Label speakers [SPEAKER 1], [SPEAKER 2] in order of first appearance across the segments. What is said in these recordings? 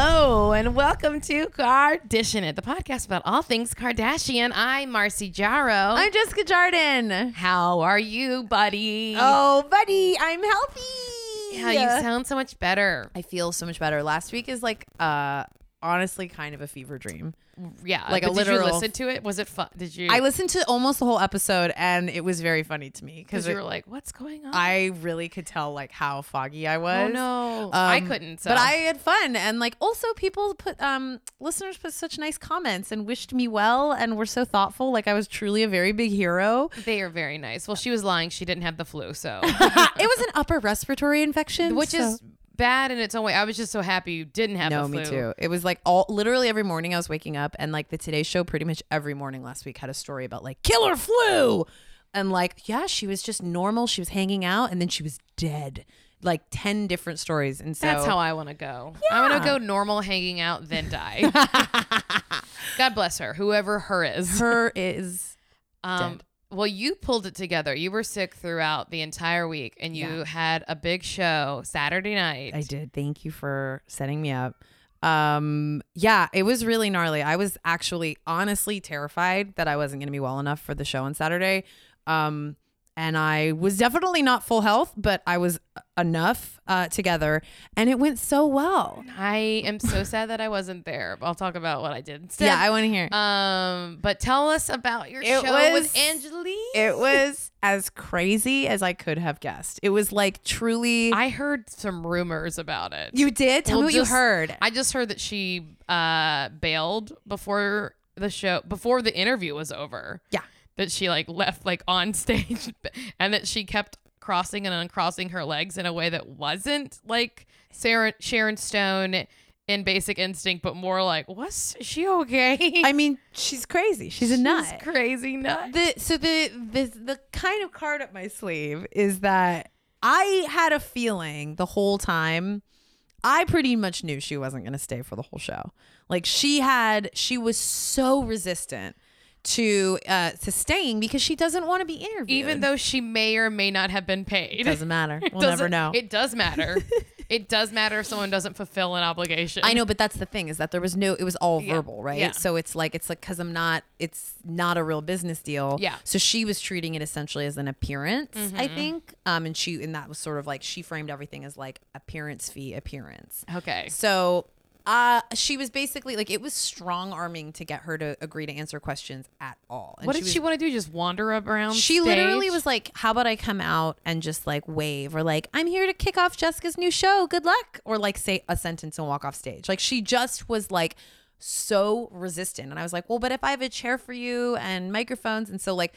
[SPEAKER 1] everyone. Welcome to Kardashian It, the podcast about all things Kardashian. I'm Marcy Jarro.
[SPEAKER 2] I'm Jessica Jardin.
[SPEAKER 1] How are you, buddy?
[SPEAKER 2] Oh, buddy, I'm healthy.
[SPEAKER 1] yeah, you sound so much better.
[SPEAKER 2] I feel so much better. Last week is like, uh, honestly, kind of a fever dream.
[SPEAKER 1] Yeah,
[SPEAKER 2] Like a
[SPEAKER 1] but Did you
[SPEAKER 2] literal-
[SPEAKER 1] listen to it? Was it fun? Did you?
[SPEAKER 2] I listened to almost the whole episode, and it was very funny to me
[SPEAKER 1] because
[SPEAKER 2] because
[SPEAKER 1] you were like, "What's going on?"
[SPEAKER 2] I really could tell like how foggy I
[SPEAKER 1] oh
[SPEAKER 2] was.
[SPEAKER 1] no,
[SPEAKER 2] Um,
[SPEAKER 1] I couldn't. So.
[SPEAKER 2] But I had fun, and like also people put um listeners put such nice comments and wished me well, and were so thoughtful. Like I was truly a very big hero.
[SPEAKER 1] They are very nice. Well, she was lying. She didn't have the flu, so
[SPEAKER 2] it was an upper respiratory infection,
[SPEAKER 1] which
[SPEAKER 2] so-
[SPEAKER 1] is bad in its own way. I was just so happy you didn't have
[SPEAKER 2] no,
[SPEAKER 1] the flu.
[SPEAKER 2] me too. It was like all literally every morning I was waking up, and like the Today Show, pretty much every morning last week had a story about like killer flu, and like yeah, she was just normal. She was hanging out, and then she was dead. Like ten different stories, and so
[SPEAKER 1] That's how I want to go. I want to go normal, hanging out, then die. God bless her, whoever her is.
[SPEAKER 2] her is
[SPEAKER 1] Um, well, you pulled it together. You were sick throughout the entire week, and you
[SPEAKER 2] Yeah.
[SPEAKER 1] had a big show Saturday night.
[SPEAKER 2] I did. Thank you for setting me up. Um yeah, it was really gnarly. I was actually honestly terrified that I wasn't going to be well enough for the show on Saturday. Um and I was definitely not full health, but I was enough uh together and it went so well.
[SPEAKER 1] I am so sad that I wasn't there. But I'll talk about what I did instead.
[SPEAKER 2] Yeah, I want to hear.
[SPEAKER 1] um, but tell us about your
[SPEAKER 2] It
[SPEAKER 1] show with
[SPEAKER 2] was-
[SPEAKER 1] Angelique.
[SPEAKER 2] it was as crazy as I could have guessed. It was like truly
[SPEAKER 1] I heard some rumors about it.
[SPEAKER 2] You did? Tell
[SPEAKER 1] Well,
[SPEAKER 2] me what
[SPEAKER 1] just-
[SPEAKER 2] you heard.
[SPEAKER 1] I just heard that she uh, bailed before the show, before the interview was over.
[SPEAKER 2] Yeah.
[SPEAKER 1] That she like left like on stage, and that she kept crossing and uncrossing her legs in a way that wasn't like Sarah Sharon Stone in Basic Instinct, but more like, "Was she okay?"
[SPEAKER 2] I mean, she's crazy. She's a nut.
[SPEAKER 1] She's crazy nut.
[SPEAKER 2] the so the the the kind of card up my sleeve is that I had a feeling the whole time. I pretty much knew she wasn't going to stay for the whole show. Like she had, she was so resistant to uh to staying because she doesn't want to be interviewed.
[SPEAKER 1] Even though she may or may not have been paid,
[SPEAKER 2] it doesn't matter, we'll
[SPEAKER 1] Doesn't-
[SPEAKER 2] never know.
[SPEAKER 1] It does matter. it does matter if someone doesn't fulfill an obligation.
[SPEAKER 2] I know, but that's the thing is that there was no, it was all verbal, right?
[SPEAKER 1] yeah.
[SPEAKER 2] So it's like, it's like, cause I'm not, it's not a real business deal.
[SPEAKER 1] Yeah. Mm-hmm.
[SPEAKER 2] So she was treating it essentially as an appearance, I think. Um, and she, and that was sort of like, she framed everything as like appearance fee appearance.
[SPEAKER 1] Okay.
[SPEAKER 2] So, uh, she was basically like, it was strong arming to get her to agree to answer questions at all. And
[SPEAKER 1] What did
[SPEAKER 2] was
[SPEAKER 1] she, want to do? Just wander up around?
[SPEAKER 2] she literally
[SPEAKER 1] stage?
[SPEAKER 2] was like, "How about I come out and just like wave or like I'm here to kick off Jessica's new show. Good luck." Or like say a sentence and walk off stage. Like she just was like so resistant. And I was like, "Well, but if I have a chair for you and microphones." And so like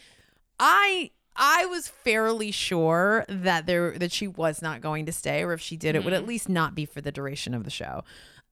[SPEAKER 2] I I was fairly sure that there that she was not going to stay or if she did it would
[SPEAKER 1] Mm-hmm.
[SPEAKER 2] at least not be for the duration of the show.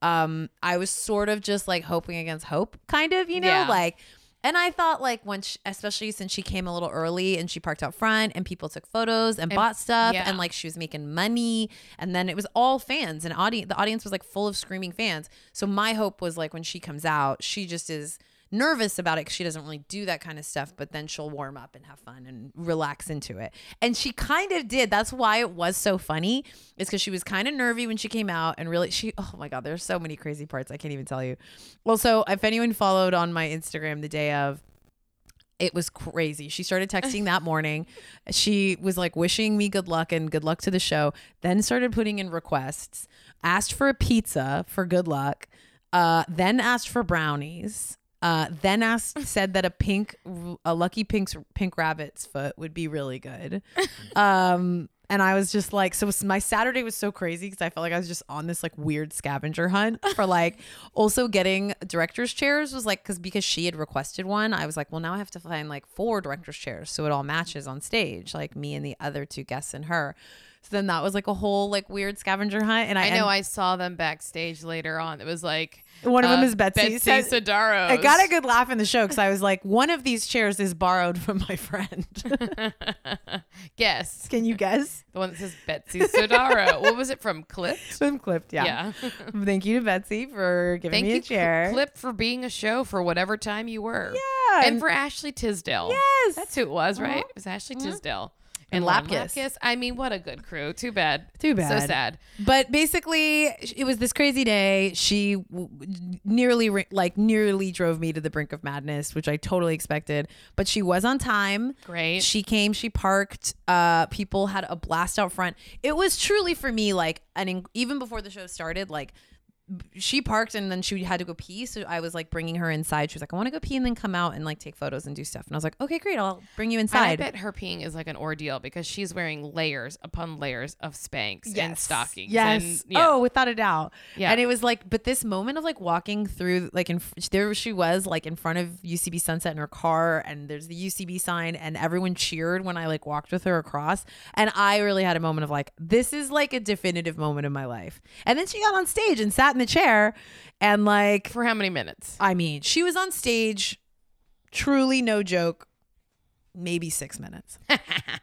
[SPEAKER 2] Um I was sort of just like hoping against hope kind of, you know,
[SPEAKER 1] Yeah.
[SPEAKER 2] like and I thought like once especially since she came a little early and she parked out front and people took photos and, bought stuff
[SPEAKER 1] yeah.
[SPEAKER 2] and like she was making money and then it was all fans and audience the audience was like full of screaming fans. So my hope was like when she comes out, she just is nervous about it 'cause she doesn't really do that kind of stuff, but then she'll warm up and have fun and relax into it. And she kind of did. That's why it was so funny. Is because she was kind of nervy when she came out and really she oh my god, there's so many crazy parts I can't even tell you. Also, if anyone followed on my Instagram the day of it was crazy. She started texting that morning. She was like wishing me good luck and good luck to the show. Then started putting in requests. Asked for a pizza for good luck. Uh, then asked for brownies. Uh, then asked said that a pink, a lucky pink's pink rabbit's foot would be really good. Um, and I was just like, so s- my Saturday was so crazy because I felt like I was just on this like weird scavenger hunt for like also getting director's chairs was like, because because she had requested one, I was like, well, now I have to find like four director's chairs so it all matches on stage, like me and the other two guests and her. So then that was like a whole like weird scavenger hunt. And I,
[SPEAKER 1] I know.
[SPEAKER 2] and
[SPEAKER 1] I saw them backstage later on. It was like uh,
[SPEAKER 2] One of them is Betsy.
[SPEAKER 1] Betsy
[SPEAKER 2] Said-
[SPEAKER 1] Sidaro.
[SPEAKER 2] I got a good laugh in the show because I was like, one of these chairs is borrowed from my friend.
[SPEAKER 1] guess
[SPEAKER 2] Can you guess?
[SPEAKER 1] the one that says Betsy Sidaro. what was it from? Clip.
[SPEAKER 2] Swim clipped, yeah.
[SPEAKER 1] Yeah.
[SPEAKER 2] Thank you to Betsy for giving
[SPEAKER 1] Thank
[SPEAKER 2] me a
[SPEAKER 1] you,
[SPEAKER 2] chair.
[SPEAKER 1] Clip, for being a show for whatever time you were.
[SPEAKER 2] Yeah,
[SPEAKER 1] And for Ashley Tisdale.
[SPEAKER 2] Yes.
[SPEAKER 1] That's who it was, right?
[SPEAKER 2] Uh-huh.
[SPEAKER 1] It was Ashley Tisdale.
[SPEAKER 2] And
[SPEAKER 1] Lauren
[SPEAKER 2] Lapkus.
[SPEAKER 1] I mean, what a good crew. Too bad.
[SPEAKER 2] Too bad.
[SPEAKER 1] So sad.
[SPEAKER 2] But basically, sh- it was this crazy day. She w- w- nearly, re- like, nearly drove me to the brink of madness, which I totally expected. But she was on time.
[SPEAKER 1] Great.
[SPEAKER 2] She came. She parked. Uh, people had a blast out front. It was truly for me like an in- even before the show started. Like b- she parked and then she had to go pee, so I was like bringing her inside. She was like, "I want to go pee and then come out and like take photos and do stuff." And I was like, "Okay, great. I'll bring you
[SPEAKER 1] And I
[SPEAKER 2] inside."
[SPEAKER 1] bet her peeing is like an ordeal because she's wearing layers upon layers of Spanx and stockings.
[SPEAKER 2] Yes.
[SPEAKER 1] And, yeah.
[SPEAKER 2] Oh, without a doubt.
[SPEAKER 1] Yeah.
[SPEAKER 2] And it was like, but this moment of like walking through, like in fr- there she was, like in front of UCB Sunset in her car, and there's the UCB sign, and everyone cheered when I like walked with her across, and I really had a moment of like, this is like a definitive moment in my life. And then she got on stage and sat in the chair, and like,
[SPEAKER 1] For how many minutes?
[SPEAKER 2] I mean, she was on stage, truly no joke, maybe six minutes.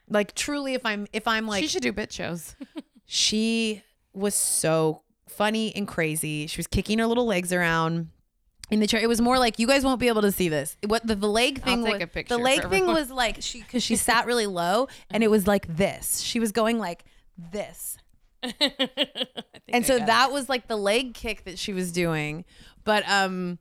[SPEAKER 2] like truly, if I'm if I'm like
[SPEAKER 1] she should do bit shows.
[SPEAKER 2] she was so funny and crazy. She was kicking her little legs around in the chair. It was more like you guys won't be able to see this. What the, the leg thing
[SPEAKER 1] take
[SPEAKER 2] was
[SPEAKER 1] a picture
[SPEAKER 2] the leg
[SPEAKER 1] for
[SPEAKER 2] thing
[SPEAKER 1] everyone.
[SPEAKER 2] was like she cuz she sat really low and it was like this. She was going like this. And so that was like the leg kick that she was doing. But um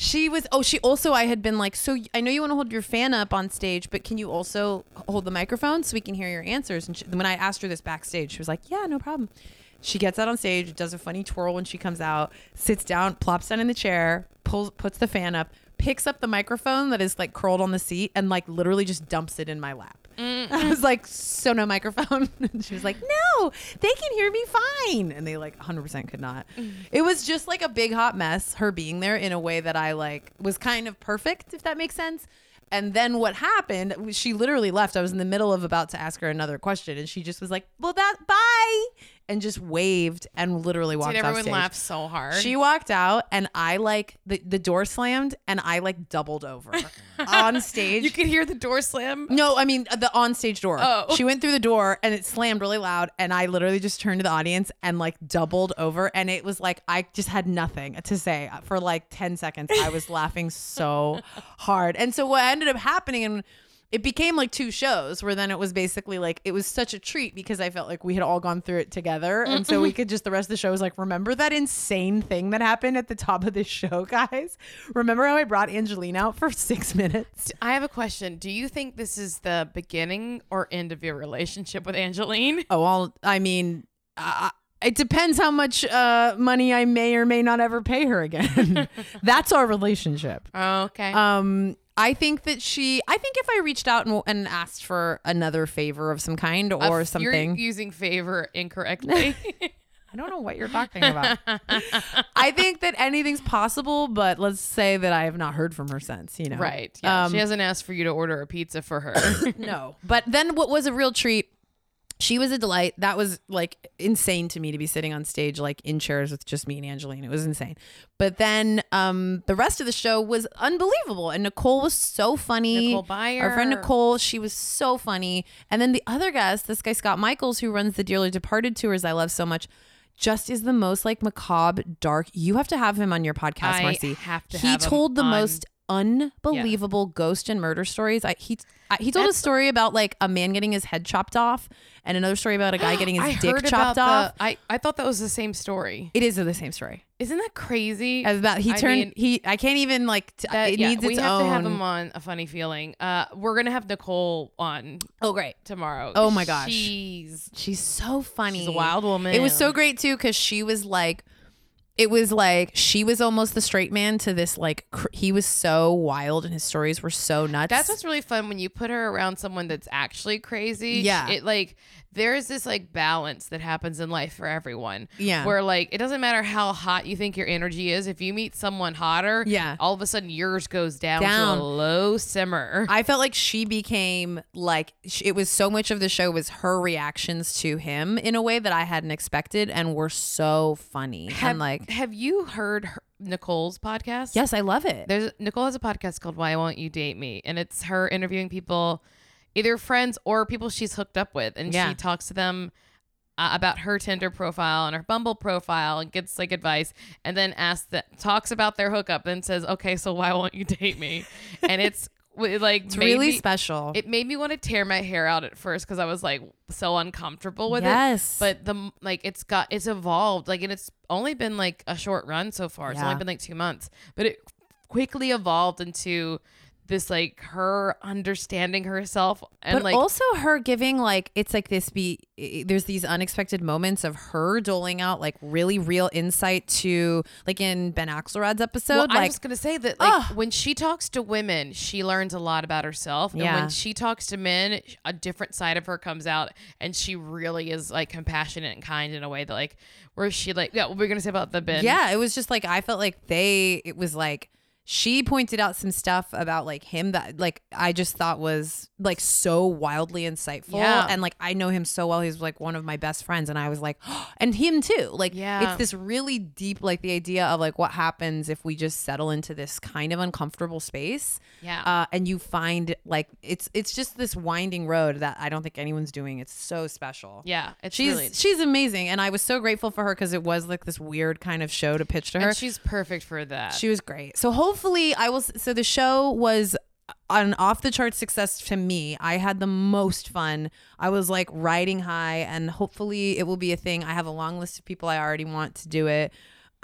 [SPEAKER 2] she was oh she also I had been like so y- I know you want to hold your fan up on stage but can you also hold the microphone so we can hear your answers and she, when I asked her this backstage she was like yeah no problem she gets out on stage does a funny twirl when she comes out sits down plops down in the chair pulls puts the fan up picks up the microphone that is like curled on the seat and like literally just dumps it in my lap
[SPEAKER 1] Mm-hmm.
[SPEAKER 2] I was like so no microphone and she was like no they can hear me fine and they like 100% could not
[SPEAKER 1] Mm-hmm.
[SPEAKER 2] it was just like a big hot mess her being there in a way that i like was kind of perfect if that makes sense and then what happened was she literally left i was in the middle of about to ask her another question and she just was like well that bye and just waved and literally walked
[SPEAKER 1] Did
[SPEAKER 2] off
[SPEAKER 1] everyone
[SPEAKER 2] stage.
[SPEAKER 1] laugh so hard?
[SPEAKER 2] She walked out and I like the, the door slammed and I like doubled over on stage.
[SPEAKER 1] you could hear the door slam.
[SPEAKER 2] No, I mean uh, the onstage door.
[SPEAKER 1] Oh.
[SPEAKER 2] She went through the door and it slammed really loud. And I literally just turned to the audience and like doubled over. And it was like, I just had nothing to say Uh, for like 10 seconds. I was laughing so hard. And so what ended up happening and it became like two shows where then it was basically like it was such a treat because I felt like we had all gone through it together. And so we could just the rest of the show was like, remember that insane thing that happened at the top of this show, guys? Remember how I brought Angeline out for six minutes?
[SPEAKER 1] I have a question. Do you think this is the beginning or end of your relationship with Angeline?
[SPEAKER 2] Oh, I'll, I mean, uh, it depends how much uh, money I may or may not ever pay her again. That's our relationship.
[SPEAKER 1] Okay.
[SPEAKER 2] Um, I think that she, I think if I reached out and, and asked for another favor of some kind
[SPEAKER 1] Uh,
[SPEAKER 2] or
[SPEAKER 1] f- You're
[SPEAKER 2] something,
[SPEAKER 1] using favor incorrectly.
[SPEAKER 2] I don't know what you're talking about. I think that anything's possible, but let's say that I have not heard from her since, you know.
[SPEAKER 1] right. Yeah.
[SPEAKER 2] Um,
[SPEAKER 1] she hasn't asked for you to order a pizza for her.
[SPEAKER 2] no. But then what was a real treat? She was a delight. That was like insane to me to be sitting on stage like in chairs with just me and Angeline. It was insane. But then um the rest of the show was unbelievable and Nicole was so funny.
[SPEAKER 1] Nicole Byer.
[SPEAKER 2] Our friend Nicole, she was so funny. And then the other guest, this guy Scott Michaels who runs the Dearly Departed tours I love so much. Just is the most like macabre, dark. You have to have him on your podcast,
[SPEAKER 1] I
[SPEAKER 2] Marcy.
[SPEAKER 1] have to
[SPEAKER 2] he
[SPEAKER 1] have him
[SPEAKER 2] told the
[SPEAKER 1] on.
[SPEAKER 2] most unbelievable ghost and murder stories. I, he I, he told a story about like a man getting his head chopped off, and another story about a guy getting his
[SPEAKER 1] I
[SPEAKER 2] dick
[SPEAKER 1] heard about
[SPEAKER 2] chopped
[SPEAKER 1] the-
[SPEAKER 2] off.
[SPEAKER 1] I, I thought that was the same story.
[SPEAKER 2] it is the same story.
[SPEAKER 1] Isn't that crazy?
[SPEAKER 2] As about he
[SPEAKER 1] I
[SPEAKER 2] turned
[SPEAKER 1] mean,
[SPEAKER 2] he I can't even like t-
[SPEAKER 1] that-
[SPEAKER 2] it
[SPEAKER 1] yeah,
[SPEAKER 2] needs
[SPEAKER 1] we
[SPEAKER 2] its
[SPEAKER 1] have
[SPEAKER 2] own.
[SPEAKER 1] to have him on a funny feeling. Uh, we're gonna have Nicole on
[SPEAKER 2] oh great,
[SPEAKER 1] tomorrow.
[SPEAKER 2] Oh my gosh.
[SPEAKER 1] she's
[SPEAKER 2] she's so funny.
[SPEAKER 1] she's a wild woman.
[SPEAKER 2] It was so great too because she was like, it was like she was almost the straight man to this like cr- he was so wild and his stories were so nuts.
[SPEAKER 1] That's what's really fun when you put her around someone that's actually crazy.
[SPEAKER 2] Yeah.
[SPEAKER 1] It like there's this like balance that happens in life for everyone.
[SPEAKER 2] Yeah.
[SPEAKER 1] Where like it doesn't matter how hot you think your energy is, if you meet someone hotter,
[SPEAKER 2] Yeah.
[SPEAKER 1] all of a sudden yours goes down,
[SPEAKER 2] Down.
[SPEAKER 1] to a low simmer.
[SPEAKER 2] I felt like she became like sh it was so much of the show was her reactions to him in a way that I hadn't expected and were so funny
[SPEAKER 1] have,
[SPEAKER 2] and like
[SPEAKER 1] have you heard her, Nicole's podcast?
[SPEAKER 2] yes I love it.
[SPEAKER 1] There's Nicole has a podcast called Why Won't You Date Me? And it's her interviewing people, either friends or people she's hooked up with. And
[SPEAKER 2] Yeah.
[SPEAKER 1] she talks to them uh, about her Tinder profile and her Bumble profile and gets like advice and then asks that talks about their hookup and says, Okay, so why won't you date me? and it's w- like
[SPEAKER 2] It's
[SPEAKER 1] made
[SPEAKER 2] really
[SPEAKER 1] me-
[SPEAKER 2] special.
[SPEAKER 1] It made me want to tear my hair out at first because I was like so uncomfortable with it.
[SPEAKER 2] yes.
[SPEAKER 1] But the m- like it's got it's evolved like and it's only been like a short run so far. It's
[SPEAKER 2] Yeah.
[SPEAKER 1] only been like two months, but it quickly evolved into this like her understanding herself and
[SPEAKER 2] but
[SPEAKER 1] like
[SPEAKER 2] also her giving like it's like this be i- there's these unexpected moments of her doling out like really real insight to like in Ben Axelrod's episode
[SPEAKER 1] Well, I
[SPEAKER 2] like
[SPEAKER 1] was gonna say that like
[SPEAKER 2] Ugh.
[SPEAKER 1] when she talks to women, she learns a lot about herself, and
[SPEAKER 2] Yeah.
[SPEAKER 1] when she talks to men, a different side of her comes out, and she really is like compassionate and kind in a way that like where she like yeah, we're gonna say about the Ben.
[SPEAKER 2] yeah it was just like I felt like they it was like she pointed out some stuff about like him that like I just thought was like so wildly insightful
[SPEAKER 1] Yeah.
[SPEAKER 2] and like I know him so well he's like one of my best friends and I was like and him too like
[SPEAKER 1] Yeah.
[SPEAKER 2] it's this really deep like the idea of like what happens if we just settle into this kind of uncomfortable space
[SPEAKER 1] yeah.
[SPEAKER 2] uh, and you find like it's it's just this winding road that I don't think anyone's doing. It's so special.
[SPEAKER 1] yeah, it's
[SPEAKER 2] she's
[SPEAKER 1] really
[SPEAKER 2] she's amazing, and I was so grateful for her because it was like this weird kind of show to pitch to her.
[SPEAKER 1] and she's perfect for that.
[SPEAKER 2] She was great. So hopefully, I will. s- So the show was an off the chart success to me. I had the most fun. I was like riding high, and hopefully, it will be a thing. I have a long list of people I already want to do it,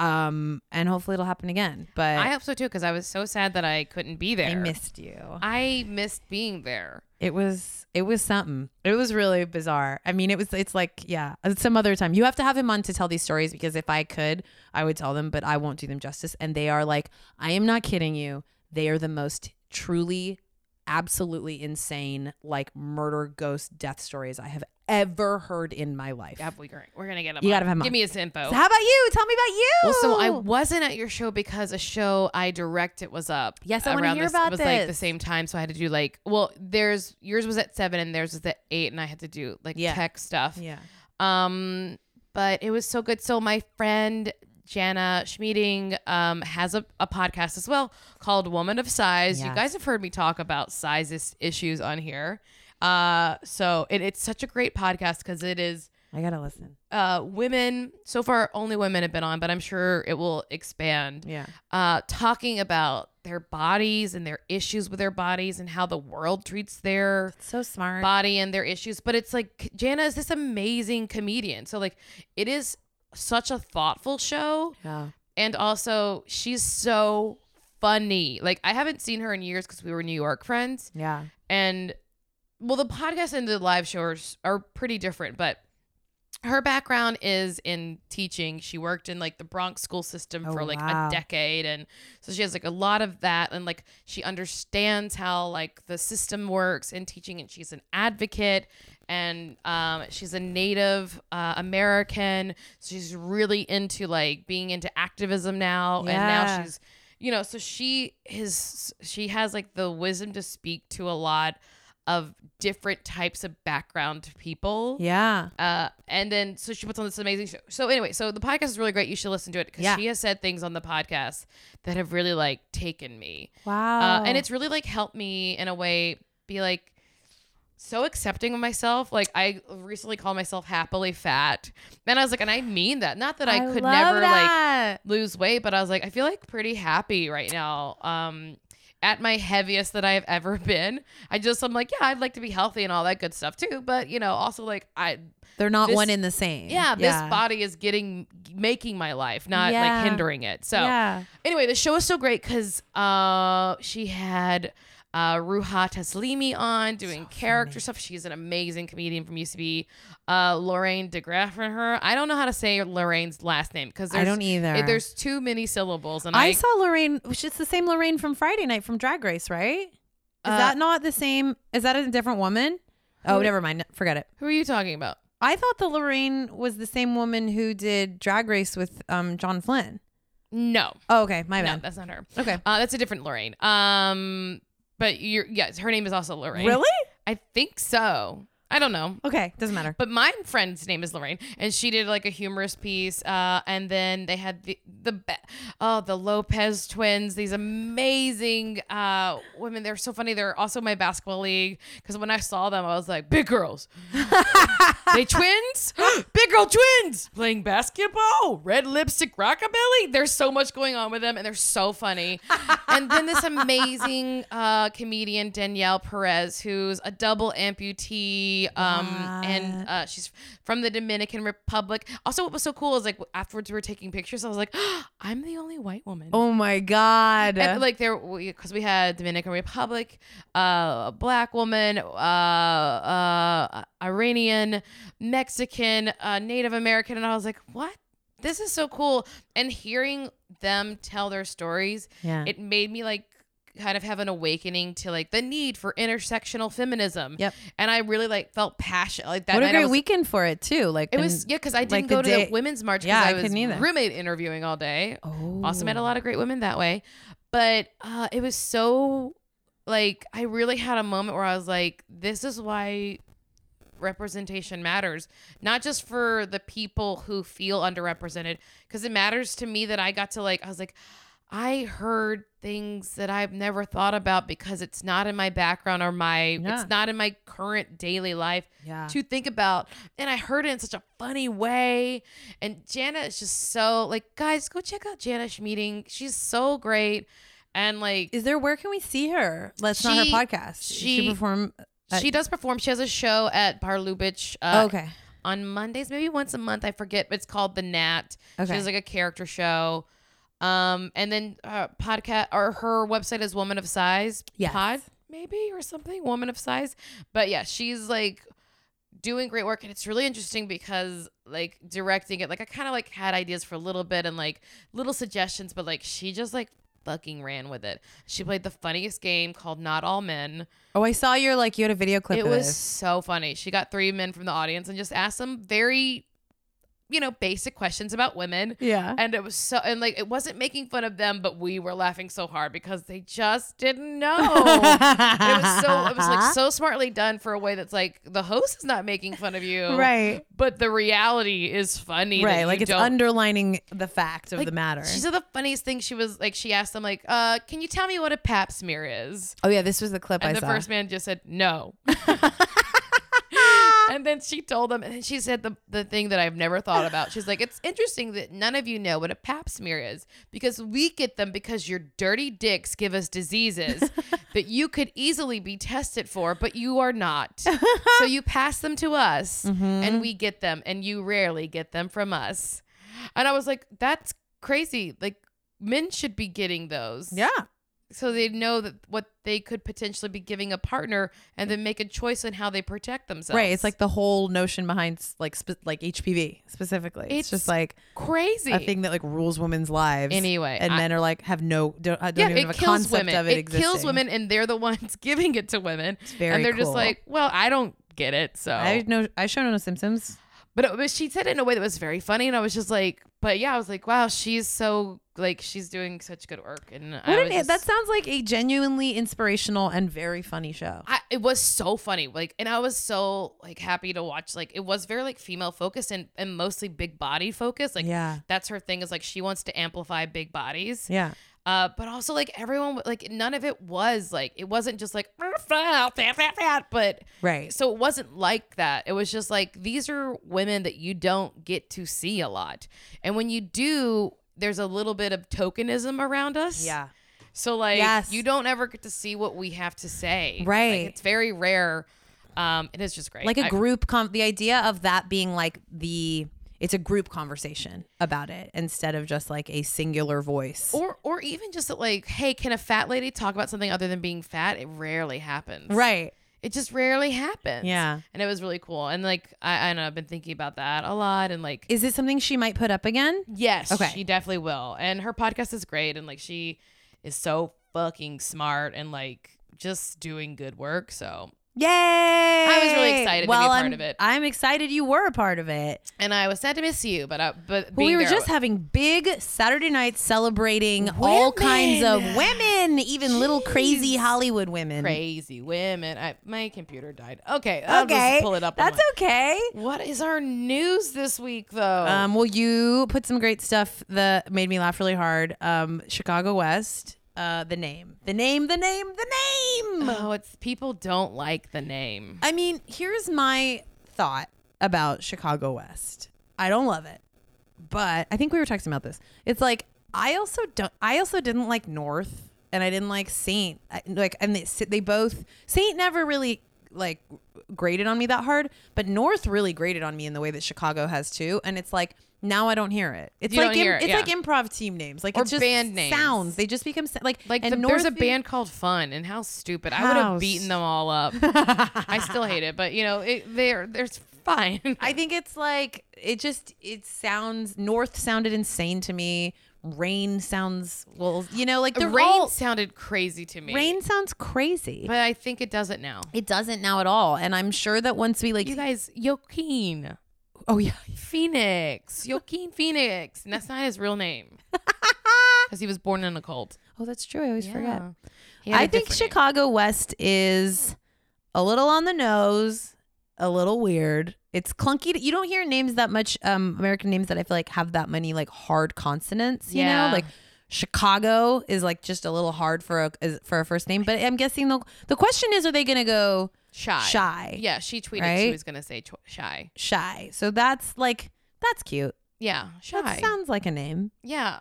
[SPEAKER 2] um, and hopefully, it'll happen again. But
[SPEAKER 1] I
[SPEAKER 2] I,
[SPEAKER 1] hope so too because I was so sad that I couldn't be there.
[SPEAKER 2] missed you.
[SPEAKER 1] I missed being there.
[SPEAKER 2] It was it was something. It was really bizarre. I mean, it was it's like yeah, uh, some other time. You have to have him on to tell these stories because if I could, I would tell them, but I won't do them justice and they are like I am not kidding you. They are the most truly absolutely insane like murder ghost death stories I have ever heard in my life.
[SPEAKER 1] Yeah, we gonna- we're gonna get him.
[SPEAKER 2] You
[SPEAKER 1] on.
[SPEAKER 2] gotta have him
[SPEAKER 1] Give
[SPEAKER 2] on.
[SPEAKER 1] me his info.
[SPEAKER 2] So how about you? Tell me about you.
[SPEAKER 1] Well, so I wasn't at your show because a show I direct it was up.
[SPEAKER 2] Yes, I wanna
[SPEAKER 1] around
[SPEAKER 2] hear
[SPEAKER 1] this-
[SPEAKER 2] about
[SPEAKER 1] It was like the
[SPEAKER 2] this.
[SPEAKER 1] same time, so I had to do like well, there's yours was at seven and theirs was at eight, and I had to do like
[SPEAKER 2] Yeah.
[SPEAKER 1] tech stuff.
[SPEAKER 2] Yeah.
[SPEAKER 1] Um, but it was so good. So my friend Jana Schmieding um has a, a podcast as well called Woman of Size. You
[SPEAKER 2] Yes.
[SPEAKER 1] guys have heard me talk about size is- issues on here. Uh, so it, it's such a great podcast because it is
[SPEAKER 2] I got to listen.
[SPEAKER 1] uh women so far only women have been on but i'm sure it will expand
[SPEAKER 2] Yeah.
[SPEAKER 1] uh, talking about their bodies and their issues with their bodies and how the world treats their
[SPEAKER 2] So smart.
[SPEAKER 1] body and their issues. But it's like Jana is this amazing comedian. So like it is such a thoughtful show
[SPEAKER 2] yeah.
[SPEAKER 1] and also she's so funny. Like I haven't seen her in years cuz we were New York friends
[SPEAKER 2] Yeah.
[SPEAKER 1] and well the podcast and the live show are, are pretty different but her background is in teaching she worked in like the bronx school system
[SPEAKER 2] Oh,
[SPEAKER 1] for like
[SPEAKER 2] wow.
[SPEAKER 1] a decade and so she has like a lot of that and like she understands how like the system works in teaching and she's an advocate and um, she's a native uh, american so she's really into like being into activism now and now
[SPEAKER 2] Yeah.
[SPEAKER 1] she's you know so she is she has like the wisdom to speak to a lot of different types of background people
[SPEAKER 2] Yeah.
[SPEAKER 1] uh, and then so she puts on this amazing show. So anyway, so the podcast is really great. You should listen to it because
[SPEAKER 2] Yeah.
[SPEAKER 1] she has said things on the podcast that have really like taken me,
[SPEAKER 2] Wow.
[SPEAKER 1] uh, and it's really like helped me in a way be like so accepting of myself. Like I recently called myself happily fat, and I was like, and I mean that. Not that I, could never like
[SPEAKER 2] like
[SPEAKER 1] lose weight, but I was like, I feel like pretty happy right now. Um, at my heaviest that I've ever been. I just I'm like, yeah, I'd like to be healthy and all that good stuff too. But you know, also like I
[SPEAKER 2] They're not
[SPEAKER 1] This-
[SPEAKER 2] one in the same.
[SPEAKER 1] yeah, this body is getting making my life, not
[SPEAKER 2] Yeah.
[SPEAKER 1] like hindering it. So
[SPEAKER 2] Yeah.
[SPEAKER 1] anyway, the show is so great because uh, she had uh, Ruha Taslimi on doing character stuff. She's an amazing comedian from UCB. Uh, Lorraine DeGraff and her. I don't know how to say Lorraine's last name because
[SPEAKER 2] I don't either.
[SPEAKER 1] There's too many syllables, and I,
[SPEAKER 2] I saw Lorraine. It's the same Lorraine from Friday night from Drag Race, right? Is
[SPEAKER 1] Uh,
[SPEAKER 2] that not the same? Is that a different woman? Oh,
[SPEAKER 1] Who-
[SPEAKER 2] never mind. Forget it.
[SPEAKER 1] who are you talking about?
[SPEAKER 2] I thought the Lorraine was the same woman who did Drag Race with um John Flynn.
[SPEAKER 1] No,
[SPEAKER 2] Oh, okay, my
[SPEAKER 1] no,
[SPEAKER 2] bad.
[SPEAKER 1] that's not her.
[SPEAKER 2] okay,
[SPEAKER 1] Uh, that's a different Lorraine. Um, but you're yes, her name is also Lorraine.
[SPEAKER 2] really?
[SPEAKER 1] I think so. I don't know.
[SPEAKER 2] Okay, doesn't matter.
[SPEAKER 1] But my friend's name is Lorraine, and she did like a humorous piece. Uh, and then they had the the be- oh the Lopez twins, these amazing uh, women. They're so funny. They're also my basketball league because when I saw them, I was like, big girls. they twins, big girl twins playing basketball, red lipstick rockabilly. There's so much going on with them, and they're so funny. and then this amazing uh, comedian Danielle Perez, who's a double amputee, um, and uh, she's from the Dominican Republic. Also, what was so cool is like afterwards we were taking pictures. I was like, I'm the only white woman.
[SPEAKER 2] Oh my god.
[SPEAKER 1] And like there, because we, had Dominican Republic, uh, a black woman, uh, uh, Iranian, Mexican, uh, Native American, and I was like, what? This is so cool. And hearing them tell their stories,
[SPEAKER 2] yeah.
[SPEAKER 1] it made me like kind of have an awakening to like the need for intersectional feminism.
[SPEAKER 2] Yep.
[SPEAKER 1] And I really like felt passion like that.
[SPEAKER 2] what a
[SPEAKER 1] night
[SPEAKER 2] great
[SPEAKER 1] I was,
[SPEAKER 2] weekend for it too. Like
[SPEAKER 1] It
[SPEAKER 2] the-
[SPEAKER 1] was yeah, because I didn't
[SPEAKER 2] like the
[SPEAKER 1] go to
[SPEAKER 2] day-
[SPEAKER 1] the women's march because
[SPEAKER 2] Yeah, I
[SPEAKER 1] I was
[SPEAKER 2] couldn't either.
[SPEAKER 1] roommate interviewing all day
[SPEAKER 2] Oh.
[SPEAKER 1] also met a lot of great women that way but uh, it was so like i really had a moment where i was like this is why representation matters not just for the people who feel underrepresented because it matters to me that i got to like i was like i heard things that i've never thought about because it's not in my background or my
[SPEAKER 2] Yeah.
[SPEAKER 1] it's not in my current daily life
[SPEAKER 2] Yeah.
[SPEAKER 1] to think about. And I heard it in such a funny way. And Jana is just so like, guys, go check out Janish meeting. She's so great. And like
[SPEAKER 2] Is there where can we see her? Let's not her
[SPEAKER 1] She-
[SPEAKER 2] podcast. She,
[SPEAKER 1] she-
[SPEAKER 2] perform uh,
[SPEAKER 1] she does perform. She has a show at Bar Lubitsch uh,
[SPEAKER 2] Okay.
[SPEAKER 1] on Mondays, maybe once a month. I forget, but it's called The Nat.
[SPEAKER 2] Okay.
[SPEAKER 1] She has like a character show. Um, and then uh, podcast or her website is Woman of Size
[SPEAKER 2] Yes.
[SPEAKER 1] Pod, maybe or something. Woman of Size, but yeah, she's like doing great work, and it's really interesting because like directing it, like I kind of like had ideas for a little bit and like little suggestions, but like she just like fucking ran with it. She played the funniest game called Not All Men.
[SPEAKER 2] Oh, I saw your like you had a video clip
[SPEAKER 1] It
[SPEAKER 2] of
[SPEAKER 1] was
[SPEAKER 2] this.
[SPEAKER 1] so funny. She got three men from the audience and just asked them very, you know, basic questions about women.
[SPEAKER 2] Yeah.
[SPEAKER 1] And it was so, and like, it wasn't making fun of them, but we were laughing so hard because they just didn't know. And it was so, it was like so smartly done for a way that's like the host is not making fun of you.
[SPEAKER 2] Right.
[SPEAKER 1] But the reality is funny. that
[SPEAKER 2] Right.
[SPEAKER 1] you
[SPEAKER 2] Like it's
[SPEAKER 1] don't-
[SPEAKER 2] underlining the fact of
[SPEAKER 1] Like,
[SPEAKER 2] the matter.
[SPEAKER 1] She said the funniest thing she was like, she asked them, like, uh, can you tell me what a pap smear is?
[SPEAKER 2] oh yeah, this was the clip
[SPEAKER 1] And
[SPEAKER 2] I
[SPEAKER 1] the
[SPEAKER 2] saw.
[SPEAKER 1] first man just said no. and then she told him, and then she said the, the thing that I've never thought about. She's like, it's interesting that none of you know what a pap smear is because we get them because your dirty dicks give us diseases that you could easily be tested for, but you are not. so you pass them to us
[SPEAKER 2] Mm-hmm.
[SPEAKER 1] and we get them, and you rarely get them from us. And I was like, that's crazy. Like, men should be getting those
[SPEAKER 2] yeah.
[SPEAKER 1] so they know that what they could potentially be giving a partner and then make a choice on how they protect themselves.
[SPEAKER 2] Right. It's like the whole notion behind like spe- like HPV specifically. It's, just
[SPEAKER 1] It's
[SPEAKER 2] like
[SPEAKER 1] crazy.
[SPEAKER 2] a thing that like rules women's lives.
[SPEAKER 1] Anyway,
[SPEAKER 2] and
[SPEAKER 1] I-
[SPEAKER 2] men are like have no don't, uh, don't
[SPEAKER 1] yeah,
[SPEAKER 2] even
[SPEAKER 1] it
[SPEAKER 2] have a
[SPEAKER 1] kills
[SPEAKER 2] concept
[SPEAKER 1] women.
[SPEAKER 2] of
[SPEAKER 1] it
[SPEAKER 2] it, existing.
[SPEAKER 1] kills women, and they're the ones giving it to women.
[SPEAKER 2] It's very
[SPEAKER 1] and they're just
[SPEAKER 2] cool.
[SPEAKER 1] like, "Oh." well, I don't get it. So,
[SPEAKER 2] I know I show no symptoms.
[SPEAKER 1] but, it, but she said it in a way that was very funny, and I was just like, but yeah, I was like, wow, she's so like she's doing such good work, and I
[SPEAKER 2] What
[SPEAKER 1] was
[SPEAKER 2] an,
[SPEAKER 1] just-
[SPEAKER 2] that sounds like a genuinely inspirational and very funny show.
[SPEAKER 1] I, it was so funny like and i was so like happy to watch like it was very like female focused and, and mostly big body focused like
[SPEAKER 2] Yeah.
[SPEAKER 1] that's her thing is like she wants to amplify big bodies
[SPEAKER 2] yeah.
[SPEAKER 1] uh but also like everyone like none of it was like it wasn't just like "Er, fat, fat, fat, fat," but
[SPEAKER 2] Right.
[SPEAKER 1] so it wasn't like that it was just like these are women that you don't get to see a lot and when you do there's a little bit of tokenism around us
[SPEAKER 2] Yeah.
[SPEAKER 1] so like
[SPEAKER 2] Yes.
[SPEAKER 1] you don't ever get to see what we have to say. Like,
[SPEAKER 2] Right.
[SPEAKER 1] it's very rare. Um it is just great.
[SPEAKER 2] Like a
[SPEAKER 1] I-
[SPEAKER 2] group com the idea of that being like the it's a group conversation about it instead of just like a singular voice.
[SPEAKER 1] or or even just that, like, hey, can a fat lady talk about something other than being fat? It rarely happens.
[SPEAKER 2] right.
[SPEAKER 1] It just rarely happens.
[SPEAKER 2] Yeah.
[SPEAKER 1] And it was really cool. And like I, I know I've been thinking about that a lot and like
[SPEAKER 2] Is it something she might put up again?
[SPEAKER 1] Yes,
[SPEAKER 2] Okay.
[SPEAKER 1] she definitely will. And her podcast is great and like she is so fucking smart and like just doing good work. So
[SPEAKER 2] Yay!
[SPEAKER 1] was really excited to be a
[SPEAKER 2] well,
[SPEAKER 1] part
[SPEAKER 2] I'm-
[SPEAKER 1] of it.
[SPEAKER 2] I'm excited you were a part of it.
[SPEAKER 1] and I was sad to miss you, but I, but
[SPEAKER 2] Well,
[SPEAKER 1] being
[SPEAKER 2] we were
[SPEAKER 1] there-
[SPEAKER 2] just having big Saturday nights celebrating all kinds of women, even little crazy Hollywood women.
[SPEAKER 1] crazy women. I, my computer died. Okay, I'll
[SPEAKER 2] Okay,
[SPEAKER 1] just pull it up.
[SPEAKER 2] That's
[SPEAKER 1] online.
[SPEAKER 2] okay.
[SPEAKER 1] what is our news this week though?
[SPEAKER 2] Um, well, you put some great stuff that made me laugh really hard. Um, Chicago West. Uh, the name, the name, the name, the name.
[SPEAKER 1] oh, it's people don't like the name.
[SPEAKER 2] I mean, here's my thought about Chicago West. I don't love it, but I think we were texting about this. It's like I also don't. I also didn't like North, and I didn't like Saint. I, like, and they they both Saint never really like graded on me that hard, but North really graded on me in the way that Chicago has too. And it's like now I don't hear it. It's
[SPEAKER 1] You
[SPEAKER 2] like
[SPEAKER 1] don't hear it,
[SPEAKER 2] it's
[SPEAKER 1] yeah.
[SPEAKER 2] like improv team names, like
[SPEAKER 1] Or
[SPEAKER 2] it's just
[SPEAKER 1] band names.
[SPEAKER 2] sounds. They just become sa- like
[SPEAKER 1] Like
[SPEAKER 2] and
[SPEAKER 1] the,
[SPEAKER 2] North
[SPEAKER 1] there's a band called Fun, and how stupid! I would
[SPEAKER 2] House.
[SPEAKER 1] have beaten them all up. I still hate it, but you know it, they're they're fine.
[SPEAKER 2] I think it's like it just it sounds North sounded insane to me. Rain sounds well, you know, like the
[SPEAKER 1] rain
[SPEAKER 2] rain.
[SPEAKER 1] sounded crazy to me.
[SPEAKER 2] rain sounds crazy.
[SPEAKER 1] but I think it doesn't now.
[SPEAKER 2] it doesn't now at all, and I'm sure that once we like,
[SPEAKER 1] You guys, Joaquin
[SPEAKER 2] oh yeah,
[SPEAKER 1] Phoenix, Joaquin Phoenix, and that's not his real name because he was born in a cult.
[SPEAKER 2] oh that's true. I always forget.
[SPEAKER 1] Yeah. He had a
[SPEAKER 2] I think
[SPEAKER 1] different name.
[SPEAKER 2] Chicago West is a little on the nose, a little weird. It's clunky. to- you don't hear names that much. Um, American names that I feel like have that many like hard consonants. You
[SPEAKER 1] Yeah.
[SPEAKER 2] know, like Chicago is like just a little hard for a is, for a first name. But I'm guessing the the question is, are they gonna go
[SPEAKER 1] Shy.
[SPEAKER 2] shy?
[SPEAKER 1] Yeah, she tweeted she
[SPEAKER 2] right?
[SPEAKER 1] was gonna say cho- shy.
[SPEAKER 2] shy. So that's like that's cute.
[SPEAKER 1] Yeah, shy.
[SPEAKER 2] That sounds like a name.
[SPEAKER 1] yeah,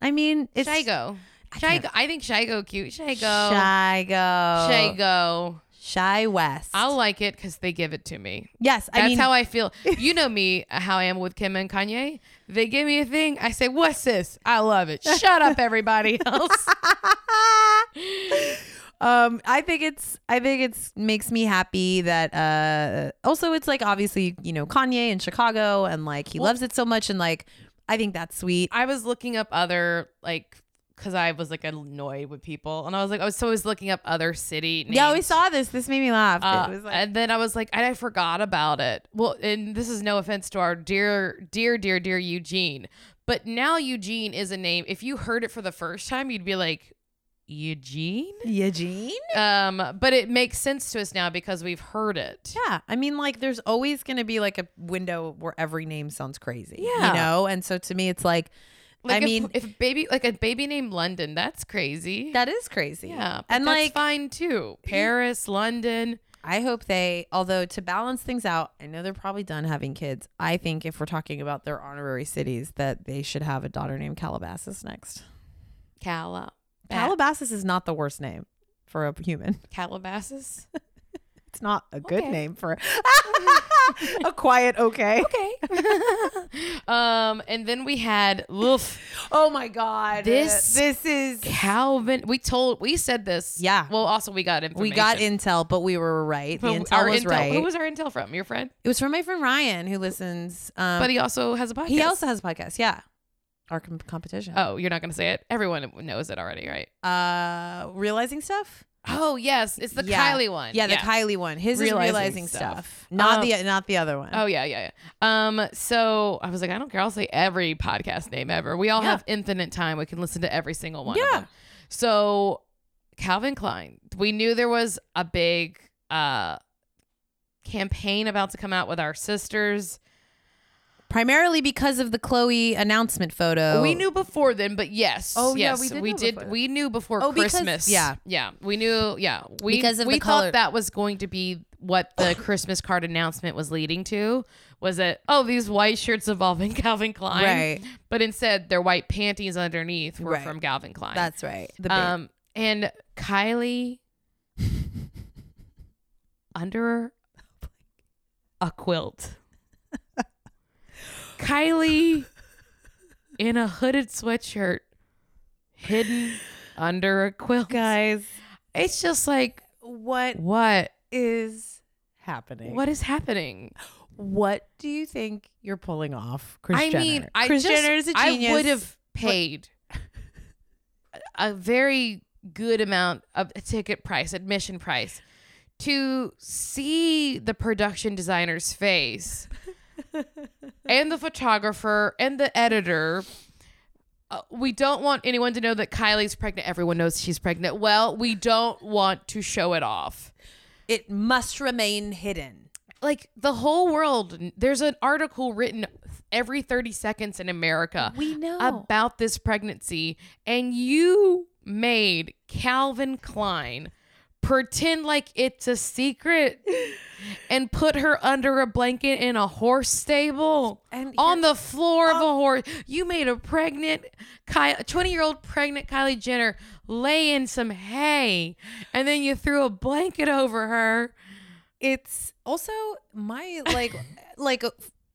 [SPEAKER 2] I mean, it's
[SPEAKER 1] Shigo.
[SPEAKER 2] I can't-
[SPEAKER 1] Shigo. I think Shigo cute. Shigo.
[SPEAKER 2] Shigo.
[SPEAKER 1] Shigo.
[SPEAKER 2] Shy West.
[SPEAKER 1] I'll like it because they give it to me.
[SPEAKER 2] yes,
[SPEAKER 1] That's
[SPEAKER 2] I mean
[SPEAKER 1] how I feel. You know me, uh, how I am with Kim and Kanye. They give me a thing. I say, "What's this?" I love it. Shut up, everybody else.
[SPEAKER 2] um, I think it's I think it's makes me happy that uh also it's like obviously, you know, Kanye in Chicago and like he loves it so much and like I think that's sweet.
[SPEAKER 1] I was looking up other like because I was like annoyed with people, and I was like, I was always looking up other city. Names.
[SPEAKER 2] Yeah, we saw this. This made me laugh.
[SPEAKER 1] Uh,
[SPEAKER 2] it was like
[SPEAKER 1] and then I was like, and I forgot about it. Well, and this is no offense to our dear, dear, dear, dear Eugene, but now Eugene is a name. If you heard it for the first time, you'd be like, Eugene.
[SPEAKER 2] Eugene?
[SPEAKER 1] Um, but it makes sense to us now because we've heard it.
[SPEAKER 2] Yeah. I mean like there's always gonna be like a window where every name sounds crazy.
[SPEAKER 1] Yeah.
[SPEAKER 2] You know? And so to me it's like,
[SPEAKER 1] Like
[SPEAKER 2] I
[SPEAKER 1] if-
[SPEAKER 2] mean
[SPEAKER 1] if baby, like a baby named London, that's crazy.
[SPEAKER 2] that is crazy.
[SPEAKER 1] yeah, but
[SPEAKER 2] And
[SPEAKER 1] that's
[SPEAKER 2] like
[SPEAKER 1] fine too. Paris, London.
[SPEAKER 2] I hope they, although to balance things out, I know they're probably done having kids. I think if we're talking about their honorary cities, that they should have a daughter named Calabasas next.
[SPEAKER 1] Cala.
[SPEAKER 2] Calabasas is not the worst name for a human.
[SPEAKER 1] Calabasas.
[SPEAKER 2] It's not a good
[SPEAKER 1] Okay.
[SPEAKER 2] name for a quiet okay.
[SPEAKER 1] Okay. um, and then we had Loof
[SPEAKER 2] Oh my god.
[SPEAKER 1] This-
[SPEAKER 2] this is
[SPEAKER 1] Calvin. We told we said this.
[SPEAKER 2] Yeah.
[SPEAKER 1] Well, also we got information.
[SPEAKER 2] we got intel, but we were right. The
[SPEAKER 1] But
[SPEAKER 2] intel
[SPEAKER 1] our
[SPEAKER 2] was right.
[SPEAKER 1] Who was our intel from? Your friend,
[SPEAKER 2] it was from my friend Ryan who listens. Um,
[SPEAKER 1] but he also has a podcast.
[SPEAKER 2] he also has a podcast. Yeah, our com- competition.
[SPEAKER 1] Oh, you're not gonna say it. Everyone knows it already, right?
[SPEAKER 2] Uh, realizing stuff.
[SPEAKER 1] Oh yes, it's the
[SPEAKER 2] Yeah.
[SPEAKER 1] Kylie one.
[SPEAKER 2] Yeah, the Kylie one. His
[SPEAKER 1] Realizing
[SPEAKER 2] is realizing
[SPEAKER 1] stuff.
[SPEAKER 2] stuff. Oh. Not
[SPEAKER 1] Um,
[SPEAKER 2] the not the other one.
[SPEAKER 1] Oh yeah, yeah, yeah. Um, so I was like, I don't care. I'll say every podcast name ever. We all
[SPEAKER 2] Yeah.
[SPEAKER 1] have infinite time. We can listen to every single one. Of
[SPEAKER 2] Yeah.
[SPEAKER 1] them. So Calvin Klein, we knew there was a big uh campaign about to come out with our sisters.
[SPEAKER 2] Primarily because of the Chloe announcement photo.
[SPEAKER 1] We knew before then, but yes.
[SPEAKER 2] Oh, yeah,
[SPEAKER 1] yes,
[SPEAKER 2] we did
[SPEAKER 1] We
[SPEAKER 2] know
[SPEAKER 1] did.
[SPEAKER 2] before then.
[SPEAKER 1] We knew before
[SPEAKER 2] Oh, because-
[SPEAKER 1] Christmas.
[SPEAKER 2] yeah.
[SPEAKER 1] yeah. We knew. Yeah, we
[SPEAKER 2] Because of
[SPEAKER 1] we
[SPEAKER 2] the
[SPEAKER 1] thought
[SPEAKER 2] color-
[SPEAKER 1] that was going to be what the Christmas card announcement was leading to. Was that oh these white shirts involving Calvin Klein?
[SPEAKER 2] Right.
[SPEAKER 1] But instead, their white panties underneath were
[SPEAKER 2] Right.
[SPEAKER 1] from Calvin Klein.
[SPEAKER 2] That's right. The big-
[SPEAKER 1] um and Kylie under a quilt. Kylie in a hooded sweatshirt hidden under a quilt.
[SPEAKER 2] guys,
[SPEAKER 1] It's just like
[SPEAKER 2] what
[SPEAKER 1] what
[SPEAKER 2] is happening?
[SPEAKER 1] what is happening?
[SPEAKER 2] what do you think you're pulling off, Chris
[SPEAKER 1] I
[SPEAKER 2] Jenner?
[SPEAKER 1] mean, I
[SPEAKER 2] Kris
[SPEAKER 1] just,
[SPEAKER 2] Jenner is a
[SPEAKER 1] I
[SPEAKER 2] genius.
[SPEAKER 1] would have paid a very good amount of a ticket price, admission price, to see the production designer's face and the photographer and the editor. Uh, we don't want anyone to know that Kylie's pregnant. Everyone knows she's pregnant. Well, we don't want to show it off.
[SPEAKER 2] It must remain hidden.
[SPEAKER 1] Like the whole world, there's an article written every 30 seconds in America
[SPEAKER 2] We know.
[SPEAKER 1] about this pregnancy, and you made Calvin Klein pretend like it's a secret and put her under a blanket in a horse stable
[SPEAKER 2] And Oh.
[SPEAKER 1] on the floor of a horse. You made a pregnant, 20 year old pregnant Kylie Jenner lay in some hay, and then you threw a blanket over her.
[SPEAKER 2] it's also my like like uh,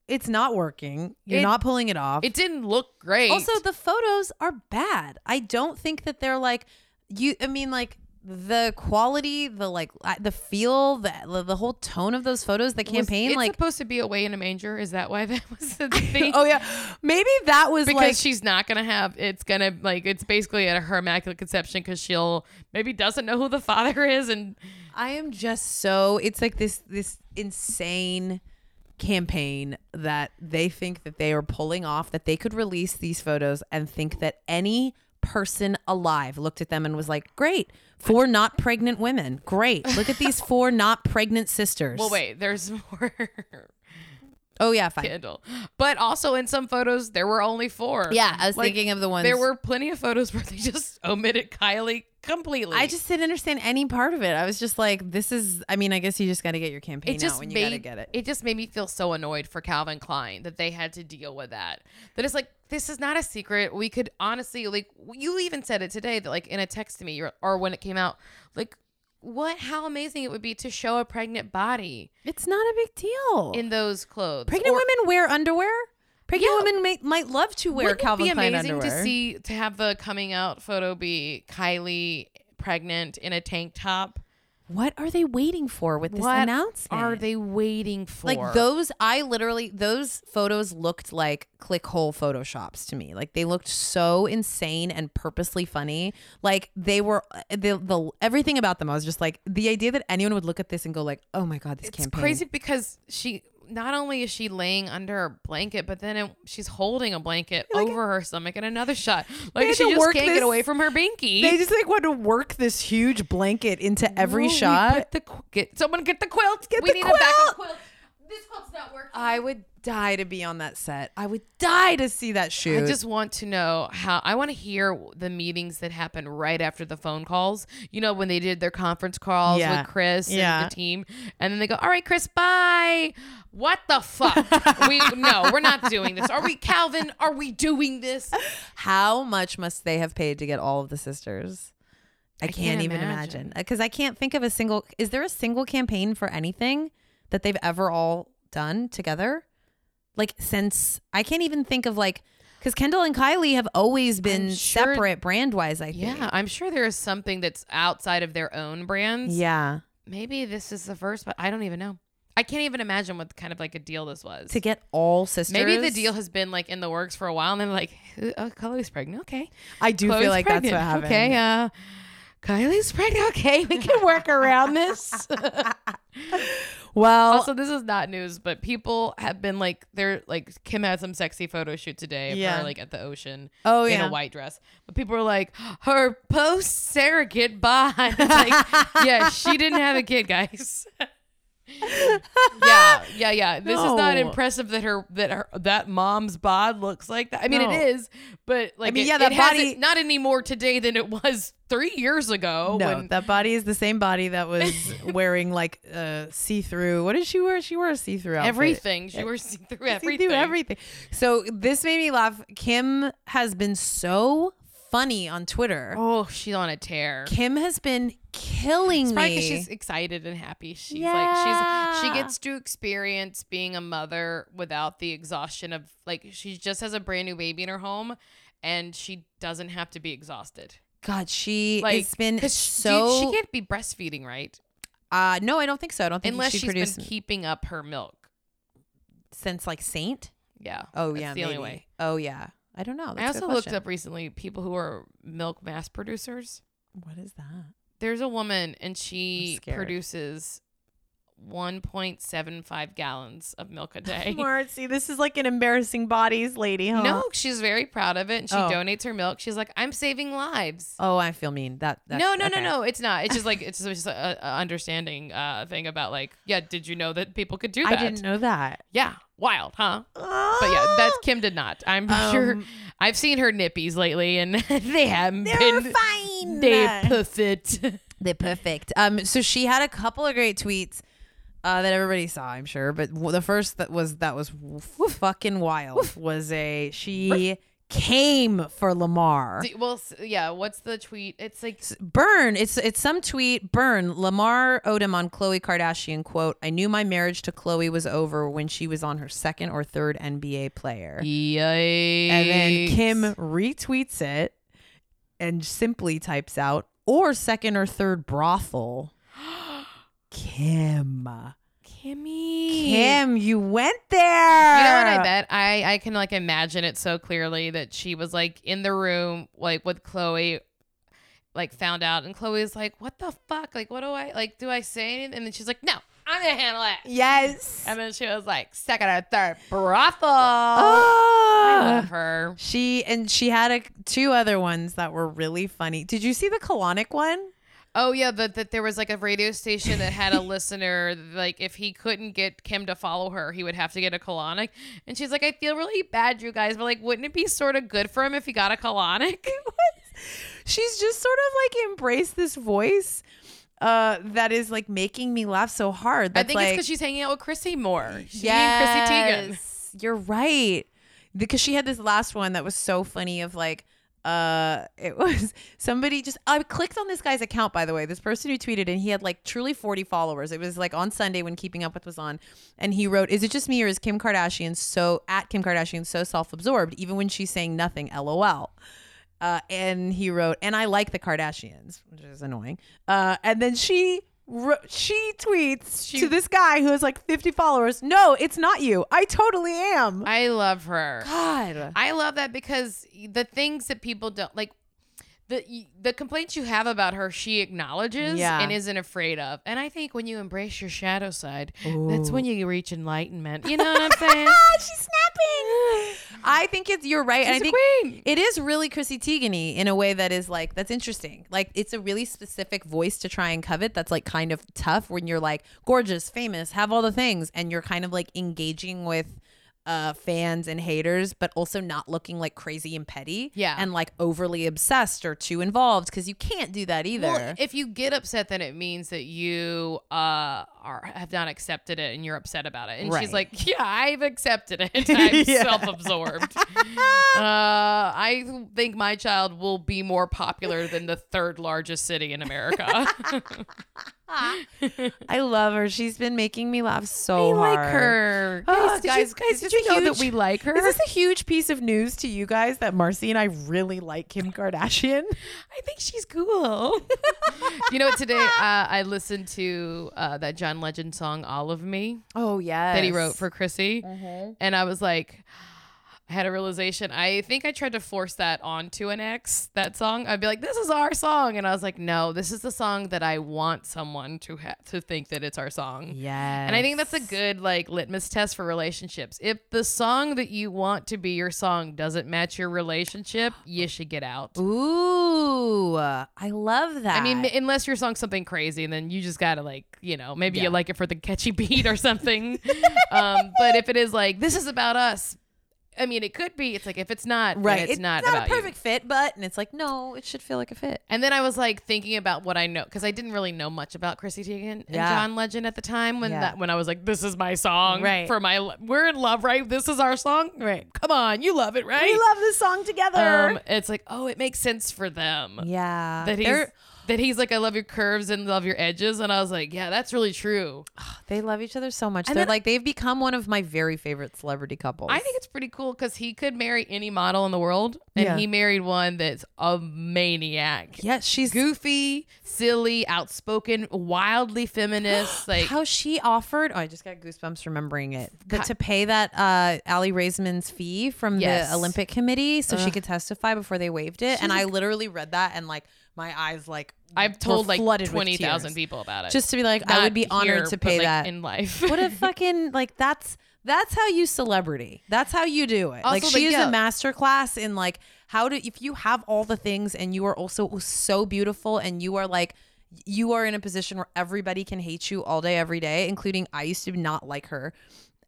[SPEAKER 2] it's not working. You're
[SPEAKER 1] It-
[SPEAKER 2] not pulling it off.
[SPEAKER 1] It didn't look great.
[SPEAKER 2] Also, the photos are bad. I don't think that they're like you. I mean, like the quality, the like I- the feel, the the, the whole tone of those photos, the
[SPEAKER 1] Was
[SPEAKER 2] campaign,
[SPEAKER 1] it
[SPEAKER 2] like.
[SPEAKER 1] supposed to be away in a manger. Is that why that was the thing?
[SPEAKER 2] Oh yeah, maybe that was
[SPEAKER 1] because
[SPEAKER 2] like
[SPEAKER 1] she's not gonna have it's gonna like it's basically at her immaculate conception because she'll maybe doesn't know who the father is and
[SPEAKER 2] I am just so it's like this this insane campaign that they think that they are pulling off that they could release these photos and think that any person alive looked at them and was like, "Great, four not pregnant women. Great. Look at these four not pregnant sisters."
[SPEAKER 1] well wait there's more
[SPEAKER 2] Oh yeah, fine.
[SPEAKER 1] Kendall but also in some photos there were only four
[SPEAKER 2] Yeah, I was
[SPEAKER 1] Like,
[SPEAKER 2] thinking of the ones
[SPEAKER 1] there were plenty of photos where they just omitted Kylie completely
[SPEAKER 2] I just didn't understand any part of it. I was just like, "This is." I mean, I guess you just got to get your campaign
[SPEAKER 1] it just
[SPEAKER 2] out when you
[SPEAKER 1] made
[SPEAKER 2] got to get it.
[SPEAKER 1] it just made me feel so annoyed for Calvin Klein that they had to deal with that. That it's like this is not a secret. We could honestly like you even said it today that like in a text to me or, or when it came out like what how amazing it would be to show a pregnant body
[SPEAKER 2] It's not a big deal.
[SPEAKER 1] in those clothes.
[SPEAKER 2] Pregnant
[SPEAKER 1] Or
[SPEAKER 2] women wear underwear. Pregnant
[SPEAKER 1] Yeah.
[SPEAKER 2] women may, might love to wear
[SPEAKER 1] wouldn't
[SPEAKER 2] Calvin
[SPEAKER 1] it be
[SPEAKER 2] Klein
[SPEAKER 1] amazing
[SPEAKER 2] underwear.
[SPEAKER 1] to see to have the coming out photo be Kylie pregnant in a tank top.
[SPEAKER 2] what are they waiting for with this
[SPEAKER 1] What
[SPEAKER 2] announcement?
[SPEAKER 1] Are they waiting for
[SPEAKER 2] like those? I literally those photos looked like clickhole photoshops to me. Like they looked so insane and purposely funny. Like they were uh, the the everything about them. I was just like the idea that anyone would look at this and go like, oh my god, this
[SPEAKER 1] It's
[SPEAKER 2] campaign.
[SPEAKER 1] crazy because she not only is she laying under a blanket, but then it, she's holding a blanket over her stomach in another shot. Like
[SPEAKER 2] had
[SPEAKER 1] she
[SPEAKER 2] to
[SPEAKER 1] just
[SPEAKER 2] work
[SPEAKER 1] can't
[SPEAKER 2] this-
[SPEAKER 1] get away from her binky.
[SPEAKER 2] They just like want to work this huge blanket into every
[SPEAKER 1] No, we
[SPEAKER 2] shot.
[SPEAKER 1] put the qu- get someone get the quilt. Get we
[SPEAKER 2] the
[SPEAKER 1] need a backup
[SPEAKER 2] quilt.
[SPEAKER 1] quilt. This quilt's not working.
[SPEAKER 2] I would die to be on that set. I would die to see that shoot.
[SPEAKER 1] I just want to know how I want to hear the meetings that happen right after the phone calls. You know, when they did their conference calls
[SPEAKER 2] Yeah.
[SPEAKER 1] with Chris
[SPEAKER 2] Yeah.
[SPEAKER 1] and the team, and then they go, All right, Chris, bye. What the fuck? we no, we're not doing this. Are we Calvin? Are we doing this?
[SPEAKER 2] How much must they have paid to get all of the sisters? I can't,
[SPEAKER 1] can't
[SPEAKER 2] even
[SPEAKER 1] imagine.
[SPEAKER 2] imagine because I can't think of a single. Is there a single campaign for anything that they've ever all done together? Like since I can't even think of like because Kendall and Kylie have always been
[SPEAKER 1] sure-
[SPEAKER 2] separate brand wise. I think.
[SPEAKER 1] Yeah, I'm sure there is something that's outside of their own brands.
[SPEAKER 2] yeah.
[SPEAKER 1] Maybe this is the first, but I don't even know. I can't even imagine what kind of like a deal this was.
[SPEAKER 2] To get all sisters.
[SPEAKER 1] Maybe the deal has been like in the works for a while, and then like, "Who- oh, Chloe's pregnant. Okay,
[SPEAKER 2] I do
[SPEAKER 1] Chloe's
[SPEAKER 2] feel like
[SPEAKER 1] pregnant.
[SPEAKER 2] that's what happened.
[SPEAKER 1] Okay, uh, Kylie's pregnant. Okay, we can work around this.
[SPEAKER 2] Well,
[SPEAKER 1] also, this is not news, but people have been like, they're like, Kim had some sexy photo shoot today of
[SPEAKER 2] Yeah.
[SPEAKER 1] her like at the ocean.
[SPEAKER 2] Oh,
[SPEAKER 1] in
[SPEAKER 2] yeah.
[SPEAKER 1] a white dress. But people are like, her post surrogate bond. It's like, yeah, she didn't have a kid, guys. yeah, yeah, yeah. This is not
[SPEAKER 2] No.
[SPEAKER 1] impressive that her that her that mom's bod looks like that. I mean,
[SPEAKER 2] No.
[SPEAKER 1] it is, but like,
[SPEAKER 2] mean,
[SPEAKER 1] it-
[SPEAKER 2] yeah, that
[SPEAKER 1] it hasn't-
[SPEAKER 2] body-
[SPEAKER 1] not anymore today than it was three years ago.
[SPEAKER 2] No,
[SPEAKER 1] when-
[SPEAKER 2] that body is the same body that was wearing like uh, see through. What did she wear? She wore a see through outfit.
[SPEAKER 1] everything she was seeing through
[SPEAKER 2] See
[SPEAKER 1] everything.
[SPEAKER 2] through everything. So this made me laugh. Kim has been so funny on Twitter.
[SPEAKER 1] Oh, she's on a tear.
[SPEAKER 2] Kim has been killing
[SPEAKER 1] It's probably
[SPEAKER 2] me.
[SPEAKER 1] because she's excited and happy. She's like she's she
[SPEAKER 2] Yeah.
[SPEAKER 1] gets to experience being a mother without the exhaustion of like she just has a brand new baby in her home, and she doesn't have to be exhausted.
[SPEAKER 2] God, she
[SPEAKER 1] Like
[SPEAKER 2] has been
[SPEAKER 1] 'cause she-
[SPEAKER 2] so.
[SPEAKER 1] she can't be breastfeeding right
[SPEAKER 2] uh, no, I don't think so. I don't think
[SPEAKER 1] unless
[SPEAKER 2] she
[SPEAKER 1] she's
[SPEAKER 2] produced
[SPEAKER 1] been keeping up her milk.
[SPEAKER 2] since like Saint.
[SPEAKER 1] Yeah.
[SPEAKER 2] Oh
[SPEAKER 1] that's
[SPEAKER 2] yeah,
[SPEAKER 1] the only
[SPEAKER 2] maybe.
[SPEAKER 1] way.
[SPEAKER 2] Oh yeah, I don't know. That's
[SPEAKER 1] I
[SPEAKER 2] a
[SPEAKER 1] also
[SPEAKER 2] good
[SPEAKER 1] looked
[SPEAKER 2] question.
[SPEAKER 1] up recently people who are milk mass producers.
[SPEAKER 2] What is that?
[SPEAKER 1] There's a woman and she
[SPEAKER 2] scared.
[SPEAKER 1] produces 1.75 gallons of milk a
[SPEAKER 2] Oh
[SPEAKER 1] day.
[SPEAKER 2] Marcy, this is like an embarrassing bodies lady, huh?
[SPEAKER 1] No, she's very proud of it and she
[SPEAKER 2] Oh.
[SPEAKER 1] donates her milk. She's like, I'm saving lives.
[SPEAKER 2] Oh, I feel mean. That. That's,
[SPEAKER 1] no, no,
[SPEAKER 2] okay.
[SPEAKER 1] no, no. It's not. It's just like it's just a, a understanding uh, thing about like, yeah. Did you know that people could do
[SPEAKER 2] I
[SPEAKER 1] that?
[SPEAKER 2] didn't know that.
[SPEAKER 1] Yeah, wild, huh? But yeah, that's Kim did not. I'm sure.
[SPEAKER 2] Um,
[SPEAKER 1] I've seen her nippies lately, and they haven't
[SPEAKER 2] They're
[SPEAKER 1] been
[SPEAKER 2] fine.
[SPEAKER 1] they perfect.
[SPEAKER 2] They're perfect. Um, so she had a couple of great tweets uh, that everybody saw, I'm sure. But w- the first that was that was w- fucking wild was a she came for Lamar.
[SPEAKER 1] D- well, s- yeah. What's the tweet? It's like
[SPEAKER 2] Burn. It's it's some tweet. Burn. Lamar Odom on Khloe Kardashian quote. I knew my marriage to Khloe was over when she was on her second or third NBA player.
[SPEAKER 1] yikes.
[SPEAKER 2] And then Kim retweets it and simply types out or second or third brothel. Kim.
[SPEAKER 1] Kimmy.
[SPEAKER 2] Kim, you went
[SPEAKER 1] You
[SPEAKER 2] there.
[SPEAKER 1] know what I bet? I I can like imagine it so clearly that she was like in the room like with Chloe like found out and Chloe's like, "What the fuck? Like what do I like do I say anything?" And then she's like, "No, I'm going to handle it."
[SPEAKER 2] Yes.
[SPEAKER 1] And then she was like, second or third brothel. I love
[SPEAKER 2] Ah.
[SPEAKER 1] her.
[SPEAKER 2] She and she had a, two other ones that were really funny. Did you see the colonic one?
[SPEAKER 1] Oh yeah, but that there was like a radio station that had a listener like if he couldn't get Kim to follow her, he would have to get a colonic. And she's like, I feel really bad, you guys, but like, wouldn't it be sort of good for him if he got a colonic?
[SPEAKER 2] she's just sort of like embraced this voice uh, that is like making me laugh so hard.
[SPEAKER 1] I
[SPEAKER 2] That's
[SPEAKER 1] think it's
[SPEAKER 2] like,
[SPEAKER 1] because she's hanging out with Chrissy more. She and Chrissy Teigen.
[SPEAKER 2] Yes, You're right. Because she had this last one that was so funny of like uh it was somebody just I clicked on this guy's account by the way. This person who tweeted and he had like truly 40 followers. It was like on Sunday when keeping up with was on and he wrote, "Is it just me or is Kim Kardashian so at Kim Kardashian so self-absorbed even when she's saying nothing LOL?" Uh, and he wrote, and I like the Kardashians, which is annoying. Uh, and then she wrote, she tweets
[SPEAKER 1] She-
[SPEAKER 2] to this guy who has like 50 followers. No, it's not you. I totally am.
[SPEAKER 1] I love her.
[SPEAKER 2] God.
[SPEAKER 1] I love that because the things that people don't like, the the complaints you have about her, she acknowledges
[SPEAKER 2] Yeah.
[SPEAKER 1] and isn't afraid of. And I think when you embrace your shadow side, that's when you reach enlightenment. You know what I'm saying?
[SPEAKER 2] Ah, she's snapping. I think it's you're right. and I
[SPEAKER 1] She's a
[SPEAKER 2] think
[SPEAKER 1] queen.
[SPEAKER 2] it is really Chrissy Teigen in a way that is like that's interesting. Like it's a really specific voice to try and covet that's like kind of tough when you're like gorgeous, famous, have all the things, and you're kind of like engaging with uh fans and haters, but also not looking like crazy and petty.
[SPEAKER 1] Yeah.
[SPEAKER 2] And like overly obsessed or too involved because you can't do that either.
[SPEAKER 1] Well, if you get upset, then it means that you uh, are have not accepted it, and you're upset about it. And
[SPEAKER 2] Right.
[SPEAKER 1] she's like, "Yeah, I've accepted it. I'm
[SPEAKER 2] Yeah.
[SPEAKER 1] self-absorbed. uh, I think my child will be more popular than the third largest city in America."
[SPEAKER 2] I love her. She's been making me laugh
[SPEAKER 1] I
[SPEAKER 2] so hard.
[SPEAKER 1] like her.
[SPEAKER 2] Oh,
[SPEAKER 1] guys,
[SPEAKER 2] did you-
[SPEAKER 1] guys,
[SPEAKER 2] guys,
[SPEAKER 1] did
[SPEAKER 2] did
[SPEAKER 1] you
[SPEAKER 2] you
[SPEAKER 1] know that we
[SPEAKER 2] huge-
[SPEAKER 1] like her?
[SPEAKER 2] Is this a huge piece of news to you guys that Marcy and I really like Kim Kardashian?
[SPEAKER 1] I think she's cool. you know what? Today, uh, I listened to uh, that John Legend song "All of Me"
[SPEAKER 2] Oh yeah,
[SPEAKER 1] that he wrote for Chrissy, and I was like. I had a realization. I think I tried to force that onto an ex, that song. I'd be like, this is our song. And I was like, no, this is the song that I want someone to ha- to think that it's our song.
[SPEAKER 2] Yeah,
[SPEAKER 1] And I think that's a good like litmus test for relationships. If the song that you want to be your song doesn't match your relationship, you should get out.
[SPEAKER 2] Ooh, I love that.
[SPEAKER 1] I mean, unless your song's something crazy, and then you just gotta like, you know, maybe
[SPEAKER 2] Yeah.
[SPEAKER 1] you like it for the catchy beat or something. um, but if it is like, this is about us, I mean, it could be. It's like if it's not, right? It's, not, about
[SPEAKER 2] a
[SPEAKER 1] you.
[SPEAKER 2] perfect fit, but and it's like no, it should feel like a fit.
[SPEAKER 1] And then I was like thinking about what I know because I didn't really know much about Chrissy Teigen and
[SPEAKER 2] Yeah.
[SPEAKER 1] John Legend at the time when
[SPEAKER 2] Yeah.
[SPEAKER 1] that when I was like, "This is my song
[SPEAKER 2] Right.
[SPEAKER 1] for my lo- we're in love, right? This is our song,
[SPEAKER 2] Right.
[SPEAKER 1] Come on, you love it, right?
[SPEAKER 2] We love this song together.
[SPEAKER 1] um, it's like, oh, it makes sense for them
[SPEAKER 2] yeah,
[SPEAKER 1] that he's
[SPEAKER 2] They're-
[SPEAKER 1] that he's like, I love your curves and love your edges, and I was like, yeah, that's really true.
[SPEAKER 2] they love each other so much.
[SPEAKER 1] And
[SPEAKER 2] They're
[SPEAKER 1] then-
[SPEAKER 2] like they've become one of my very favorite celebrity couples.
[SPEAKER 1] I think it's pretty cool because he could marry any model in the world, and
[SPEAKER 2] Yeah.
[SPEAKER 1] he married one that's a maniac.
[SPEAKER 2] yes, she's
[SPEAKER 1] Goofy, silly, outspoken, wildly feminist. Like
[SPEAKER 2] how she offered oh i just got goosebumps remembering it that to pay that uh ali raisman's fee from
[SPEAKER 1] Yes.
[SPEAKER 2] the olympic committee so she could testify before they waived it and i literally read that and like my eyes like
[SPEAKER 1] I've told like
[SPEAKER 2] flooded with
[SPEAKER 1] twenty thousand
[SPEAKER 2] tears.
[SPEAKER 1] people about it.
[SPEAKER 2] just to be like, I
[SPEAKER 1] Not
[SPEAKER 2] would be honored
[SPEAKER 1] here,
[SPEAKER 2] to
[SPEAKER 1] but,
[SPEAKER 2] pay
[SPEAKER 1] like,
[SPEAKER 2] that.
[SPEAKER 1] in life.
[SPEAKER 2] what a fucking like that's that's how you celebrity. That's how you do it. like
[SPEAKER 1] Also, like,
[SPEAKER 2] she is
[SPEAKER 1] yeah.
[SPEAKER 2] a master class in like how to if you have all the things and you are also so beautiful and you are like you are in a position where everybody can hate you all day every day, including I used to not like her.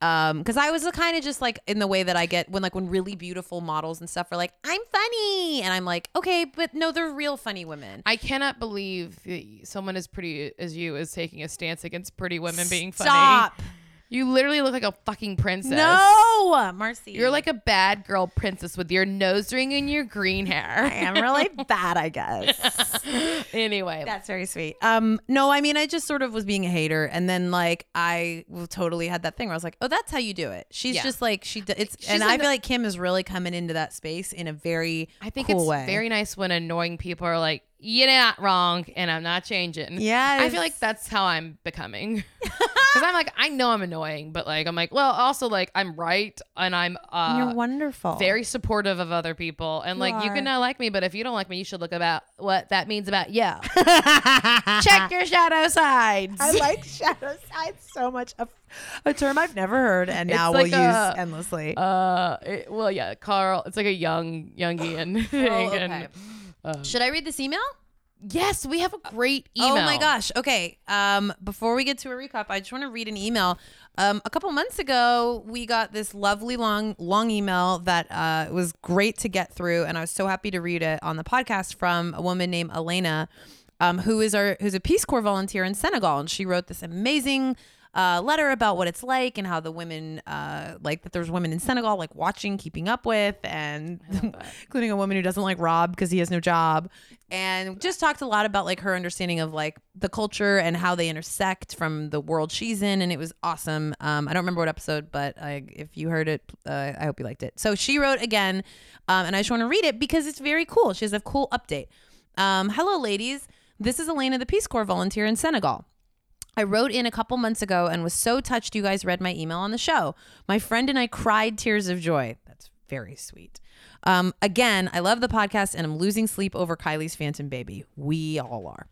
[SPEAKER 2] Um, because I was the kind of just like in the way that I get when like when really beautiful models and stuff are like, I'm funny and I'm like, okay, but no, they're real funny women.
[SPEAKER 1] I cannot believe that someone as pretty as you is taking a stance against pretty women being funny.
[SPEAKER 2] Stop.
[SPEAKER 1] You literally look like a fucking princess.
[SPEAKER 2] No, Marcy.
[SPEAKER 1] You're like a bad girl princess with your nose ring and your green hair.
[SPEAKER 2] am really bad, I guess.
[SPEAKER 1] anyway,
[SPEAKER 2] That's very sweet. Um, no, I mean, I just sort of was being a hater, and then like I w- totally had that thing where I was like, oh, that's how you do it. She's
[SPEAKER 1] Yeah.
[SPEAKER 2] just like she. D- it's
[SPEAKER 1] She's
[SPEAKER 2] and
[SPEAKER 1] like
[SPEAKER 2] I
[SPEAKER 1] the-
[SPEAKER 2] feel like Kim is really coming into that space in a very
[SPEAKER 1] I think
[SPEAKER 2] cool
[SPEAKER 1] it's
[SPEAKER 2] way.
[SPEAKER 1] very nice when annoying people are like, "You're not wrong," and I'm not changing.
[SPEAKER 2] Yes.
[SPEAKER 1] I feel like that's how I'm becoming. Because I'm like, I know I'm annoying, but like, I'm like, well, also like, I'm right, and I'm uh,
[SPEAKER 2] You're wonderful.
[SPEAKER 1] very supportive of other people, and like, you
[SPEAKER 2] are.
[SPEAKER 1] can not like me, but if you don't like me, you should look about what that means about you. Check
[SPEAKER 2] check.
[SPEAKER 1] your shadow sides.
[SPEAKER 2] I like shadow side so much. A, a term I've never heard, and now
[SPEAKER 1] like
[SPEAKER 2] we'll
[SPEAKER 1] a-
[SPEAKER 2] use endlessly.
[SPEAKER 1] uh, it- well, yeah, Carl. It's like a young Jungian thing.
[SPEAKER 2] Oh, okay.
[SPEAKER 1] and, um,
[SPEAKER 2] Should I read this email?
[SPEAKER 1] yes, we have a great email.
[SPEAKER 2] Oh my gosh. Okay. Um, before we get to a recap, I just want to read an email. Um, a couple months ago, we got this lovely long, long email that uh, was great to get through, and I was so happy to read it on the podcast from a woman named Elena, um, who is our who's a Peace Corps volunteer in Senegal, and she wrote this amazing uh, letter about what it's like and how the women uh, like that there's women in Senegal like watching, keeping up with, and including a woman who doesn't like Rob because he has no job, and just talked a lot about like her understanding of like the culture and how they intersect from the world she's in, and it was awesome. Um, I don't remember what episode, but I, if you heard it, uh, I hope you liked it. So she wrote again, um, and I just want to read it because it's very cool. She has a cool update. Um, Hello, ladies. This is Elena, the Peace Corps volunteer in Senegal. I wrote in a couple months ago and was so touched you guys read my email on the show. My friend and I cried tears of joy. That's very sweet. Um, again, I love the podcast and I'm losing sleep over Kylie's phantom baby. We all are.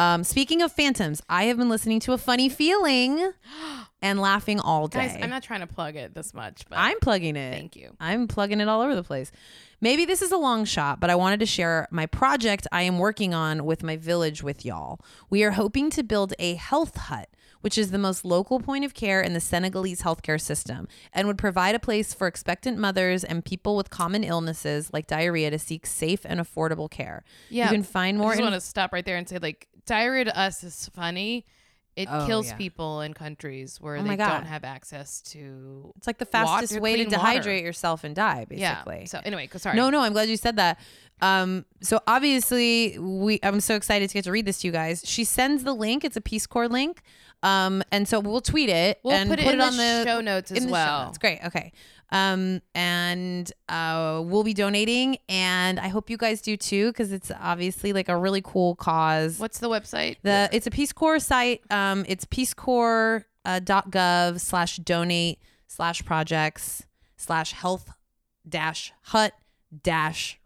[SPEAKER 2] Um, speaking of phantoms, I have been listening to a funny feeling and laughing all day.
[SPEAKER 1] guys. I'm not trying to plug it this much, but
[SPEAKER 2] I'm plugging it.
[SPEAKER 1] Thank you.
[SPEAKER 2] I'm plugging it all over the place. Maybe this is a long shot, but I wanted to share my project I am working on with my village with y'all. We are hoping to build a health hut, which is the most local point of care in the Senegalese healthcare system, and would provide a place for expectant mothers and people with common illnesses like diarrhea to seek safe and affordable care.
[SPEAKER 1] Yeah,
[SPEAKER 2] You can find more
[SPEAKER 1] I just
[SPEAKER 2] info-
[SPEAKER 1] want to stop right there and say, like, diarrhea to us is funny. It
[SPEAKER 2] Oh,
[SPEAKER 1] kills
[SPEAKER 2] yeah.
[SPEAKER 1] people in countries where
[SPEAKER 2] Oh
[SPEAKER 1] they
[SPEAKER 2] my
[SPEAKER 1] don't
[SPEAKER 2] God.
[SPEAKER 1] have access to.
[SPEAKER 2] It's like the
[SPEAKER 1] water-
[SPEAKER 2] fastest way to
[SPEAKER 1] clean water.
[SPEAKER 2] dehydrate yourself and die, basically.
[SPEAKER 1] Yeah. So anyway, 'cause- sorry.
[SPEAKER 2] No, no, I'm glad you said that. Um, so obviously we I'm so excited to get to read this to you guys. She sends the link, it's a Peace Corps link. Um, and so we'll tweet it
[SPEAKER 1] We'll
[SPEAKER 2] and
[SPEAKER 1] put it in
[SPEAKER 2] on
[SPEAKER 1] the
[SPEAKER 2] the
[SPEAKER 1] show notes as
[SPEAKER 2] in the show
[SPEAKER 1] well.
[SPEAKER 2] notes. Great. Okay. Um, and uh, we'll be donating and I hope you guys do too, because it's obviously like a really cool cause.
[SPEAKER 1] What's the website?
[SPEAKER 2] The it's a Peace Corps site. Um, it's Peace Corps uh, dot gov slash donate slash projects slash health dash hut dash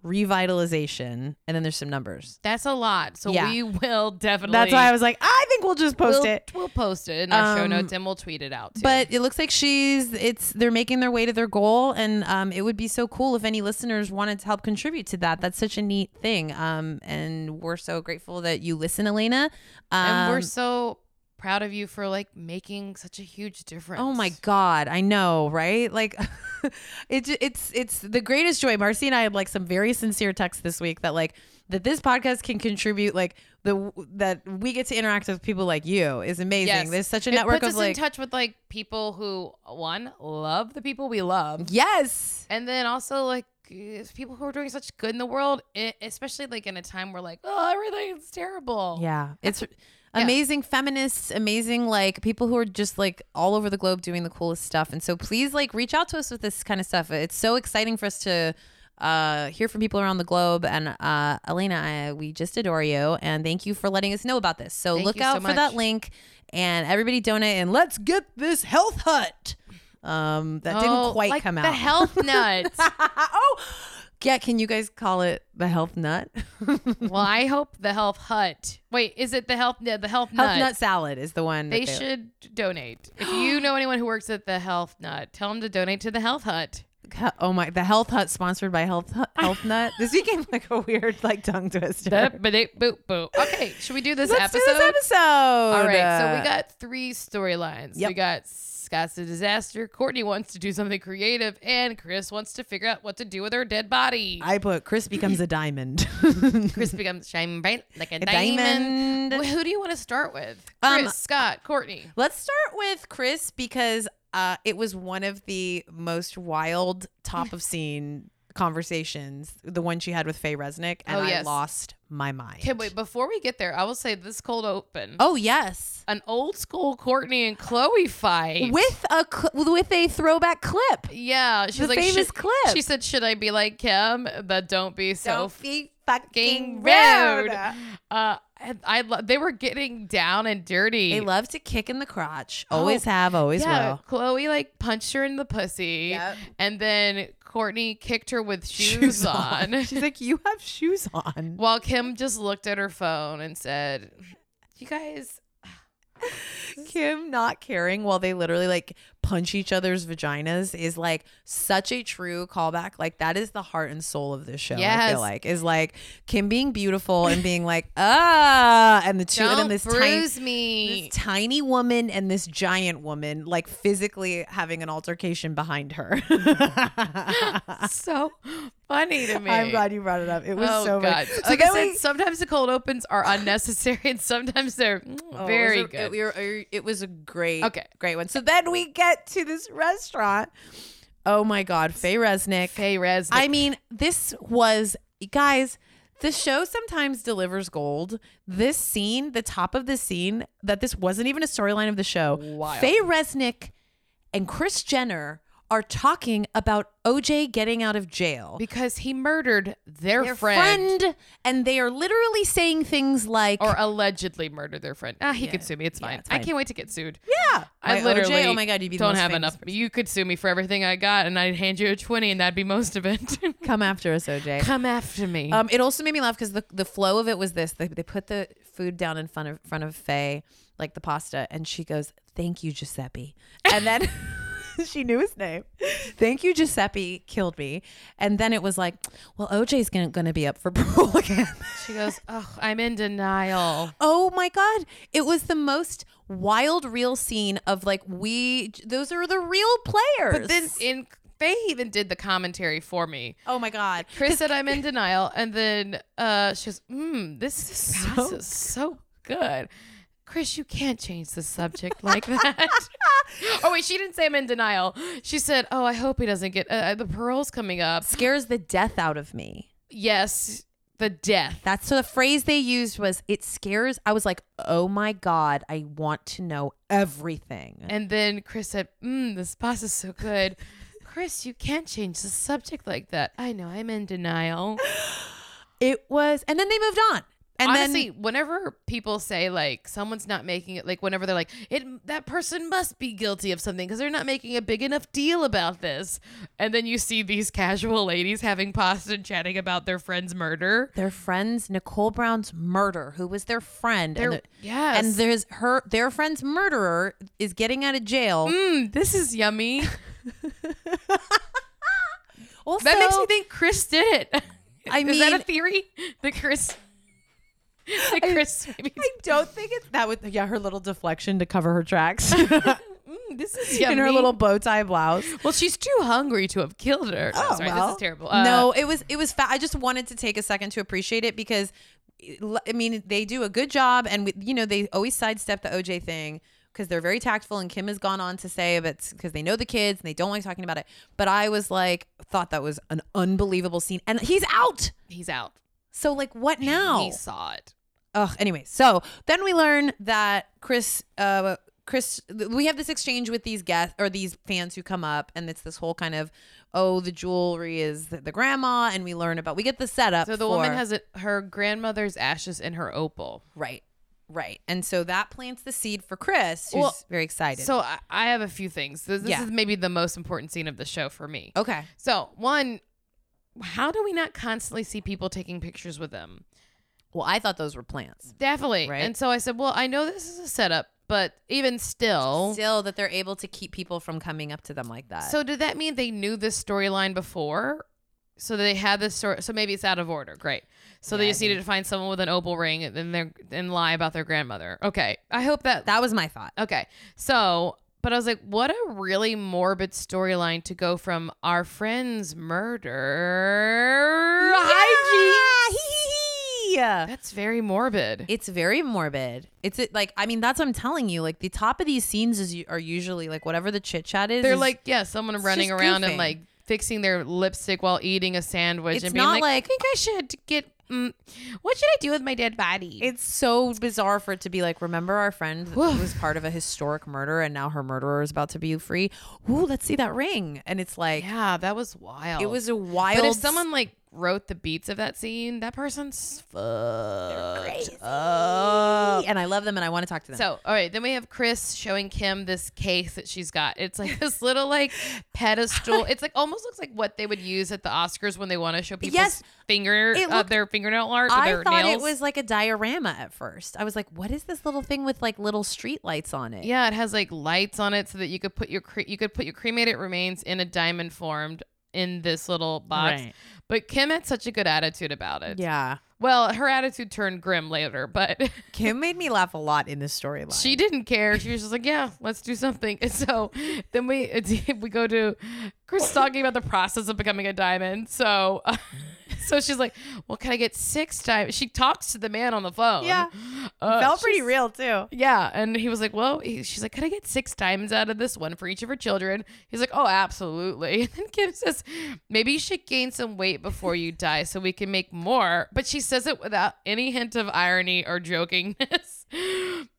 [SPEAKER 2] revitalization, and then there's some numbers.
[SPEAKER 1] That's a lot. So
[SPEAKER 2] Yeah.
[SPEAKER 1] we will definitely.
[SPEAKER 2] That's why I was like, I think we'll just post
[SPEAKER 1] we'll,
[SPEAKER 2] it.
[SPEAKER 1] We'll post it in our show
[SPEAKER 2] Um,
[SPEAKER 1] notes and we'll tweet it out too.
[SPEAKER 2] But it looks like she's it's they're making their way to their goal, and um, it would be so cool if any listeners wanted to help contribute to that. That's such a neat thing. Um, and we're so grateful that you listen, Elena. Um,
[SPEAKER 1] and we're so proud of you for like making such a huge difference.
[SPEAKER 2] Oh my god, I know, right? Like it ju- it's it's the greatest joy. Marcy and I had like some very sincere texts this week that like that this podcast can contribute like the that we get to interact with people like you is amazing.
[SPEAKER 1] Yes.
[SPEAKER 2] There's such a
[SPEAKER 1] It
[SPEAKER 2] network
[SPEAKER 1] puts us
[SPEAKER 2] of
[SPEAKER 1] in
[SPEAKER 2] like
[SPEAKER 1] touch with like people who one love the people we love,
[SPEAKER 2] yes.
[SPEAKER 1] and then also like eh, people who are doing such good in the world, e- especially like in a time where like oh everything's terrible.
[SPEAKER 2] Yeah. It's amazing feminists, amazing like people who are just like all over the globe doing the coolest stuff. And so please like reach out to us with this kind of stuff. It's so exciting for us to uh hear from people around the globe and uh Elena, I, we just adore you and thank you for letting us know about this. So
[SPEAKER 1] Thank
[SPEAKER 2] look
[SPEAKER 1] you so
[SPEAKER 2] out for
[SPEAKER 1] much.
[SPEAKER 2] that link and everybody donate and let's get this health hut. Um that
[SPEAKER 1] Oh,
[SPEAKER 2] didn't quite
[SPEAKER 1] like
[SPEAKER 2] come out.
[SPEAKER 1] The health nuts.
[SPEAKER 2] oh, Yeah, can you guys call it the health nut? health
[SPEAKER 1] well, I hope the Health Hut. Wait, is it the Health? Yeah, the Health Nut.
[SPEAKER 2] nut salad is the one. that
[SPEAKER 1] They should donate. If you know anyone who works at the Health Nut, tell them to donate to the Health Hut.
[SPEAKER 2] Oh my, the health hut sponsored by Health Hut, Health Nut. this became like a weird like tongue twister.
[SPEAKER 1] That- but they- boop, boop. Okay, should we do this
[SPEAKER 2] Let's
[SPEAKER 1] episode?
[SPEAKER 2] do this episode. Uh,
[SPEAKER 1] All right, so we got three storylines.
[SPEAKER 2] Yep.
[SPEAKER 1] We got Scott's a disaster. Courtney wants to do something creative, and Chris wants to figure out what to do with her dead body.
[SPEAKER 2] I put Chris becomes a diamond.
[SPEAKER 1] Chris becomes shine bright like a,
[SPEAKER 2] A
[SPEAKER 1] diamond.
[SPEAKER 2] diamond.
[SPEAKER 1] Wh- Who do you want to start with?
[SPEAKER 2] Um,
[SPEAKER 1] Chris, Scott, Courtney.
[SPEAKER 2] Let's start with Chris because uh, it was one of the most wild top of scene conversations, the one she had with Faye Resnick, and
[SPEAKER 1] Oh,
[SPEAKER 2] I
[SPEAKER 1] yes.
[SPEAKER 2] lost my mind.
[SPEAKER 1] Okay, wait. Before we get there, I will say this cold open.
[SPEAKER 2] Oh yes,
[SPEAKER 1] An old school Courtney and Chloe fight.
[SPEAKER 2] with a cl- with a throwback clip.
[SPEAKER 1] yeah, she's
[SPEAKER 2] the
[SPEAKER 1] like
[SPEAKER 2] famous
[SPEAKER 1] "Should-
[SPEAKER 2] clip.
[SPEAKER 1] She said, "Should I be like Kim?" But don't be so
[SPEAKER 2] Don't be fucking
[SPEAKER 1] fucking
[SPEAKER 2] rude.
[SPEAKER 1] rude. Uh, and I lo- they were getting down and dirty.
[SPEAKER 2] They love to kick in the crotch.
[SPEAKER 1] Oh,
[SPEAKER 2] Always have, always
[SPEAKER 1] yeah,
[SPEAKER 2] will.
[SPEAKER 1] Chloe like punched her in the pussy,
[SPEAKER 2] Yep.
[SPEAKER 1] and then Courtney kicked her with shoes, on.
[SPEAKER 2] She's like, you have shoes on.
[SPEAKER 1] While Kim just looked at her phone and said, "You guys,
[SPEAKER 2] Kim not caring while they literally like punch each other's vaginas is like such a true callback. Like that is the heart and soul of this show. I
[SPEAKER 1] Yes.
[SPEAKER 2] feel like is like Kim being beautiful and being like ah, and the two
[SPEAKER 1] don't
[SPEAKER 2] and then this tiny.
[SPEAKER 1] bruise me."
[SPEAKER 2] This tiny woman and this giant woman, like physically having an altercation behind her.
[SPEAKER 1] so funny to me.
[SPEAKER 2] I'm glad you brought it up. It was
[SPEAKER 1] oh
[SPEAKER 2] so
[SPEAKER 1] god!
[SPEAKER 2] good. So
[SPEAKER 1] like I
[SPEAKER 2] then
[SPEAKER 1] said,
[SPEAKER 2] we-
[SPEAKER 1] sometimes the cold opens are unnecessary, and sometimes they're mm,
[SPEAKER 2] Oh,
[SPEAKER 1] very
[SPEAKER 2] it was a,
[SPEAKER 1] good.
[SPEAKER 2] It, we were- er, it was a great,
[SPEAKER 1] Okay.
[SPEAKER 2] great one. So then we get to this restaurant. Oh my God, Faye Resnick.
[SPEAKER 1] Faye Resnick.
[SPEAKER 2] I mean, this was guys. The show sometimes delivers gold. This scene, the top of the scene, that this wasn't even a storyline of the show.
[SPEAKER 1] Wild.
[SPEAKER 2] Faye Resnick and Chris Jenner are talking about OJ getting out of jail.
[SPEAKER 1] because he murdered their,
[SPEAKER 2] Their
[SPEAKER 1] friend,
[SPEAKER 2] friend, and they are literally saying things like,
[SPEAKER 1] or allegedly murdered their friend. Ah, he could sue me. It's
[SPEAKER 2] Yeah,
[SPEAKER 1] fine.
[SPEAKER 2] it's
[SPEAKER 1] I
[SPEAKER 2] fine.
[SPEAKER 1] can't wait to get sued.
[SPEAKER 2] "Yeah,
[SPEAKER 1] I
[SPEAKER 2] by
[SPEAKER 1] literally
[SPEAKER 2] OJ, oh my god, you'd be the
[SPEAKER 1] don't
[SPEAKER 2] most
[SPEAKER 1] have
[SPEAKER 2] famous
[SPEAKER 1] enough. You could sue me for everything I got, and I'd hand you a twenty, and that'd be most of it.
[SPEAKER 2] Come after us, OJ.
[SPEAKER 1] Come after me.
[SPEAKER 2] Um, it also made me laugh because the, the flow of it was this: they, they put the food down in front of front of Faye, like the pasta, and she goes, "Thank you, Giuseppe," and then she knew his name. Thank you, Giuseppe killed me, and then it was like, "Well, OJ's gonna gonna be up for parole again."
[SPEAKER 1] she goes, "Oh, I'm in denial."
[SPEAKER 2] Oh my God. It was the most wild, real scene of like, we, those are the real players.
[SPEAKER 1] But then in they even did the commentary for me.
[SPEAKER 2] oh my God.
[SPEAKER 1] Chris said, "I'm in denial," and then uh, she goes, "Mmm, this is so,
[SPEAKER 2] So
[SPEAKER 1] this is so good." Chris, you can't change the subject like that. oh wait, she didn't say I'm in denial. She said, "Oh, I hope he doesn't get uh, the parole's coming up."
[SPEAKER 2] Scares the death out of me.
[SPEAKER 1] Yes, the death.
[SPEAKER 2] That's so the phrase they used was it scares. I was like, oh my God, I want to know everything.
[SPEAKER 1] And then Chris said, "Mmm, this pasta's so good." Chris, you can't change the subject like that. I know, I'm in denial.
[SPEAKER 2] It was, and then they moved on. And
[SPEAKER 1] Honestly,
[SPEAKER 2] then,
[SPEAKER 1] whenever people say like someone's not making it, like whenever they're like, it that person must be guilty of something because they're not making a big enough deal about this, and then you see these casual ladies having pasta and chatting about their friend's murder.
[SPEAKER 2] their friends, Nicole Brown's murder, who was their friend.
[SPEAKER 1] They're,
[SPEAKER 2] and the-
[SPEAKER 1] yes,
[SPEAKER 2] And there's her, their friend's murderer is getting out of jail.
[SPEAKER 1] Mm, this is yummy.
[SPEAKER 2] Also,
[SPEAKER 1] That makes me think Chris did it.
[SPEAKER 2] I
[SPEAKER 1] is that
[SPEAKER 2] mean-
[SPEAKER 1] a theory? That Chris, that Chris, maybe,
[SPEAKER 2] I don't think it's that would yeah her little deflection to cover her tracks
[SPEAKER 1] Mm, this is yummy.
[SPEAKER 2] in her little bow tie blouse.
[SPEAKER 1] Well, she's too hungry to have killed her. No, sorry, this is terrible. Uh,
[SPEAKER 2] Oh, no, it was it was. Fa- I just wanted to take a second to appreciate it because, I mean, they do a good job, and we, you know they always sidestep the OJ thing because they're very tactful. And Kim has gone on to say, but because they know the kids and they don't like talking about it. But I was like, thought that was an unbelievable scene, and he's out.
[SPEAKER 1] he's out.
[SPEAKER 2] So like, what now?
[SPEAKER 1] He saw it.
[SPEAKER 2] Ugh. Anyway, so then we learn that Chris, uh, Chris, th- we have this exchange with these guests or these fans who come up, and it's this whole kind of, oh, the jewelry is the, the grandma, and we learn about we get the setup.
[SPEAKER 1] So the woman
[SPEAKER 2] for-
[SPEAKER 1] has it, her grandmother's ashes in her opal.
[SPEAKER 2] right, right, and so that plants the seed for Chris, who's
[SPEAKER 1] Well,
[SPEAKER 2] very excited.
[SPEAKER 1] So I, I have a few things. This, this
[SPEAKER 2] Yeah.
[SPEAKER 1] is maybe the most important scene of the show for me.
[SPEAKER 2] okay,
[SPEAKER 1] So one, how do we not constantly see people taking pictures with them?
[SPEAKER 2] Well, I thought those were plants.
[SPEAKER 1] Definitely.
[SPEAKER 2] Right.
[SPEAKER 1] And so I said, well, I know this is a setup, but even still.
[SPEAKER 2] Still, that they're able to keep people from coming up to them like that.
[SPEAKER 1] so did that mean they knew this storyline before? So they had this sort. So maybe it's out of order. Great. So
[SPEAKER 2] Yeah,
[SPEAKER 1] they
[SPEAKER 2] I
[SPEAKER 1] just needed
[SPEAKER 2] think-
[SPEAKER 1] to find someone with an opal ring and then they're- and lie about their grandmother. Okay. I hope that
[SPEAKER 2] that was my thought.
[SPEAKER 1] Okay. So, but I was like, what a really morbid storyline to go from our friend's murder. hijinks.
[SPEAKER 2] Yeah.
[SPEAKER 1] That's very morbid.
[SPEAKER 2] It's very morbid. It's it, like I mean that's what I'm telling you. Like the top of these scenes is are usually like whatever the chit chat is.
[SPEAKER 1] They're
[SPEAKER 2] is-
[SPEAKER 1] like, yeah, someone
[SPEAKER 2] it's
[SPEAKER 1] running
[SPEAKER 2] just
[SPEAKER 1] around
[SPEAKER 2] goofing.
[SPEAKER 1] and like fixing their lipstick while eating a sandwich
[SPEAKER 2] It's
[SPEAKER 1] and being
[SPEAKER 2] not
[SPEAKER 1] like,
[SPEAKER 2] like-
[SPEAKER 1] I think I should get. Mm, what should I do with my dead body?
[SPEAKER 2] it's so bizarre for it to be like. Remember our friend who
[SPEAKER 1] Woof.
[SPEAKER 2] was part of a historic murder, and now her murderer is about to be free. Ooh, let's see that ring. And it's like
[SPEAKER 1] yeah, that was wild.
[SPEAKER 2] it was a wild.
[SPEAKER 1] But if someone like wrote the beats of that scene, that person's fucked
[SPEAKER 2] crazy.
[SPEAKER 1] up.
[SPEAKER 2] and I love them, and I want to talk to them.
[SPEAKER 1] So, all right, then we have Chris showing Kim this case that she's got. It's like this little like pedestal. It's like almost looks like what they would use at the Oscars when they want to show people's
[SPEAKER 2] Yes.
[SPEAKER 1] finger
[SPEAKER 2] It
[SPEAKER 1] uh,
[SPEAKER 2] looked-
[SPEAKER 1] their fingernail art. or
[SPEAKER 2] I
[SPEAKER 1] their
[SPEAKER 2] thought
[SPEAKER 1] nails.
[SPEAKER 2] it was like a diorama at first. I was like, what is this little thing with like little street lights on it?
[SPEAKER 1] Yeah, it has like lights on it so that you could put your cre- you could put your cremated remains in a diamond formed in this little box.
[SPEAKER 2] Right.
[SPEAKER 1] But Kim had such a good attitude about it.
[SPEAKER 2] Yeah.
[SPEAKER 1] Well, her attitude turned grim later, but
[SPEAKER 2] Kim made me laugh a lot in this storyline.
[SPEAKER 1] She didn't care. She was just like, "Yeah, let's do something." And so then we we go to Chris talking about the process of becoming a diamond. So uh, so she's like, "Well, can I get six diamonds?" She talks to the man on the phone.
[SPEAKER 2] Yeah.
[SPEAKER 1] Uh,
[SPEAKER 2] felt pretty
[SPEAKER 1] she's-
[SPEAKER 2] real too.
[SPEAKER 1] Yeah, and he was like, "Well," he, she's like, "Can I get six diamonds out of this one for each of her children?" He's like, "Oh, absolutely." And then Kim says, "Maybe you should gain some weight before you die, so we can make more." But she says it without any hint of irony or jokingness.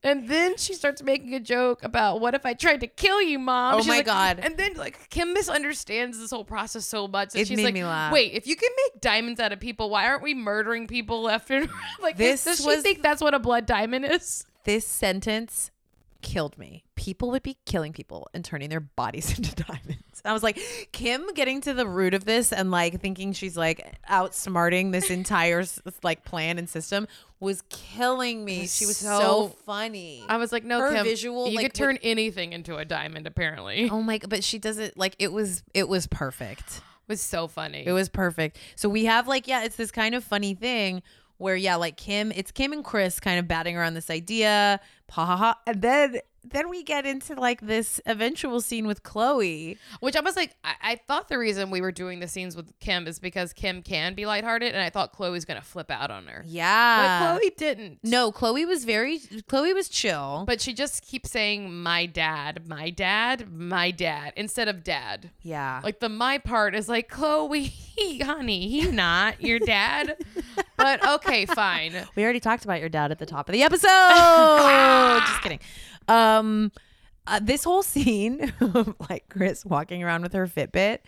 [SPEAKER 1] And then she starts making a joke about, "What if I tried to kill you, mom?"
[SPEAKER 2] Oh
[SPEAKER 1] She's
[SPEAKER 2] my
[SPEAKER 1] like-
[SPEAKER 2] God.
[SPEAKER 1] And then like Kim misunderstands this whole process so much that
[SPEAKER 2] It
[SPEAKER 1] she's
[SPEAKER 2] made
[SPEAKER 1] like,
[SPEAKER 2] me laugh.
[SPEAKER 1] "Wait, if you can make diamonds out of people, why aren't we murdering people left and right?" Like,
[SPEAKER 2] This
[SPEAKER 1] this does she
[SPEAKER 2] was-
[SPEAKER 1] think that's what a blood diamond is?
[SPEAKER 2] This sentence killed me. People would be killing people and turning their bodies into diamonds. And I was like, Kim getting to the root of this and like thinking she's like outsmarting this entire s- like plan and system was killing me. She was so,
[SPEAKER 1] So-
[SPEAKER 2] funny.
[SPEAKER 1] I was like, no,
[SPEAKER 2] Her
[SPEAKER 1] Kim,
[SPEAKER 2] visual,
[SPEAKER 1] You
[SPEAKER 2] like,
[SPEAKER 1] could turn anything into a diamond. Apparently,
[SPEAKER 2] oh my god, but she doesn't like it was it was perfect.
[SPEAKER 1] was so funny.
[SPEAKER 2] It was perfect. So we have like, yeah, it's this kind of funny thing where, yeah, like Kim, it's Kim and Chris kind of batting around this idea, ha ha ha, and then then we get into like this eventual scene with Chloe.
[SPEAKER 1] Which I was like, I-, I thought the reason we were doing the scenes with Kim is because Kim can be lighthearted, and I thought Chloe's gonna flip out on her,
[SPEAKER 2] Yeah.
[SPEAKER 1] but Chloe didn't.
[SPEAKER 2] No, Chloe was very Chloe was chill.
[SPEAKER 1] But she just keeps saying my dad, my dad, my dad instead of dad.
[SPEAKER 2] yeah.
[SPEAKER 1] Like the my part is like Chloe, honey, he not your dad. but okay, fine.
[SPEAKER 2] we already talked about your dad at the top of the episode. Just kidding. Um, uh, this whole scene of like Chris walking around with her Fitbit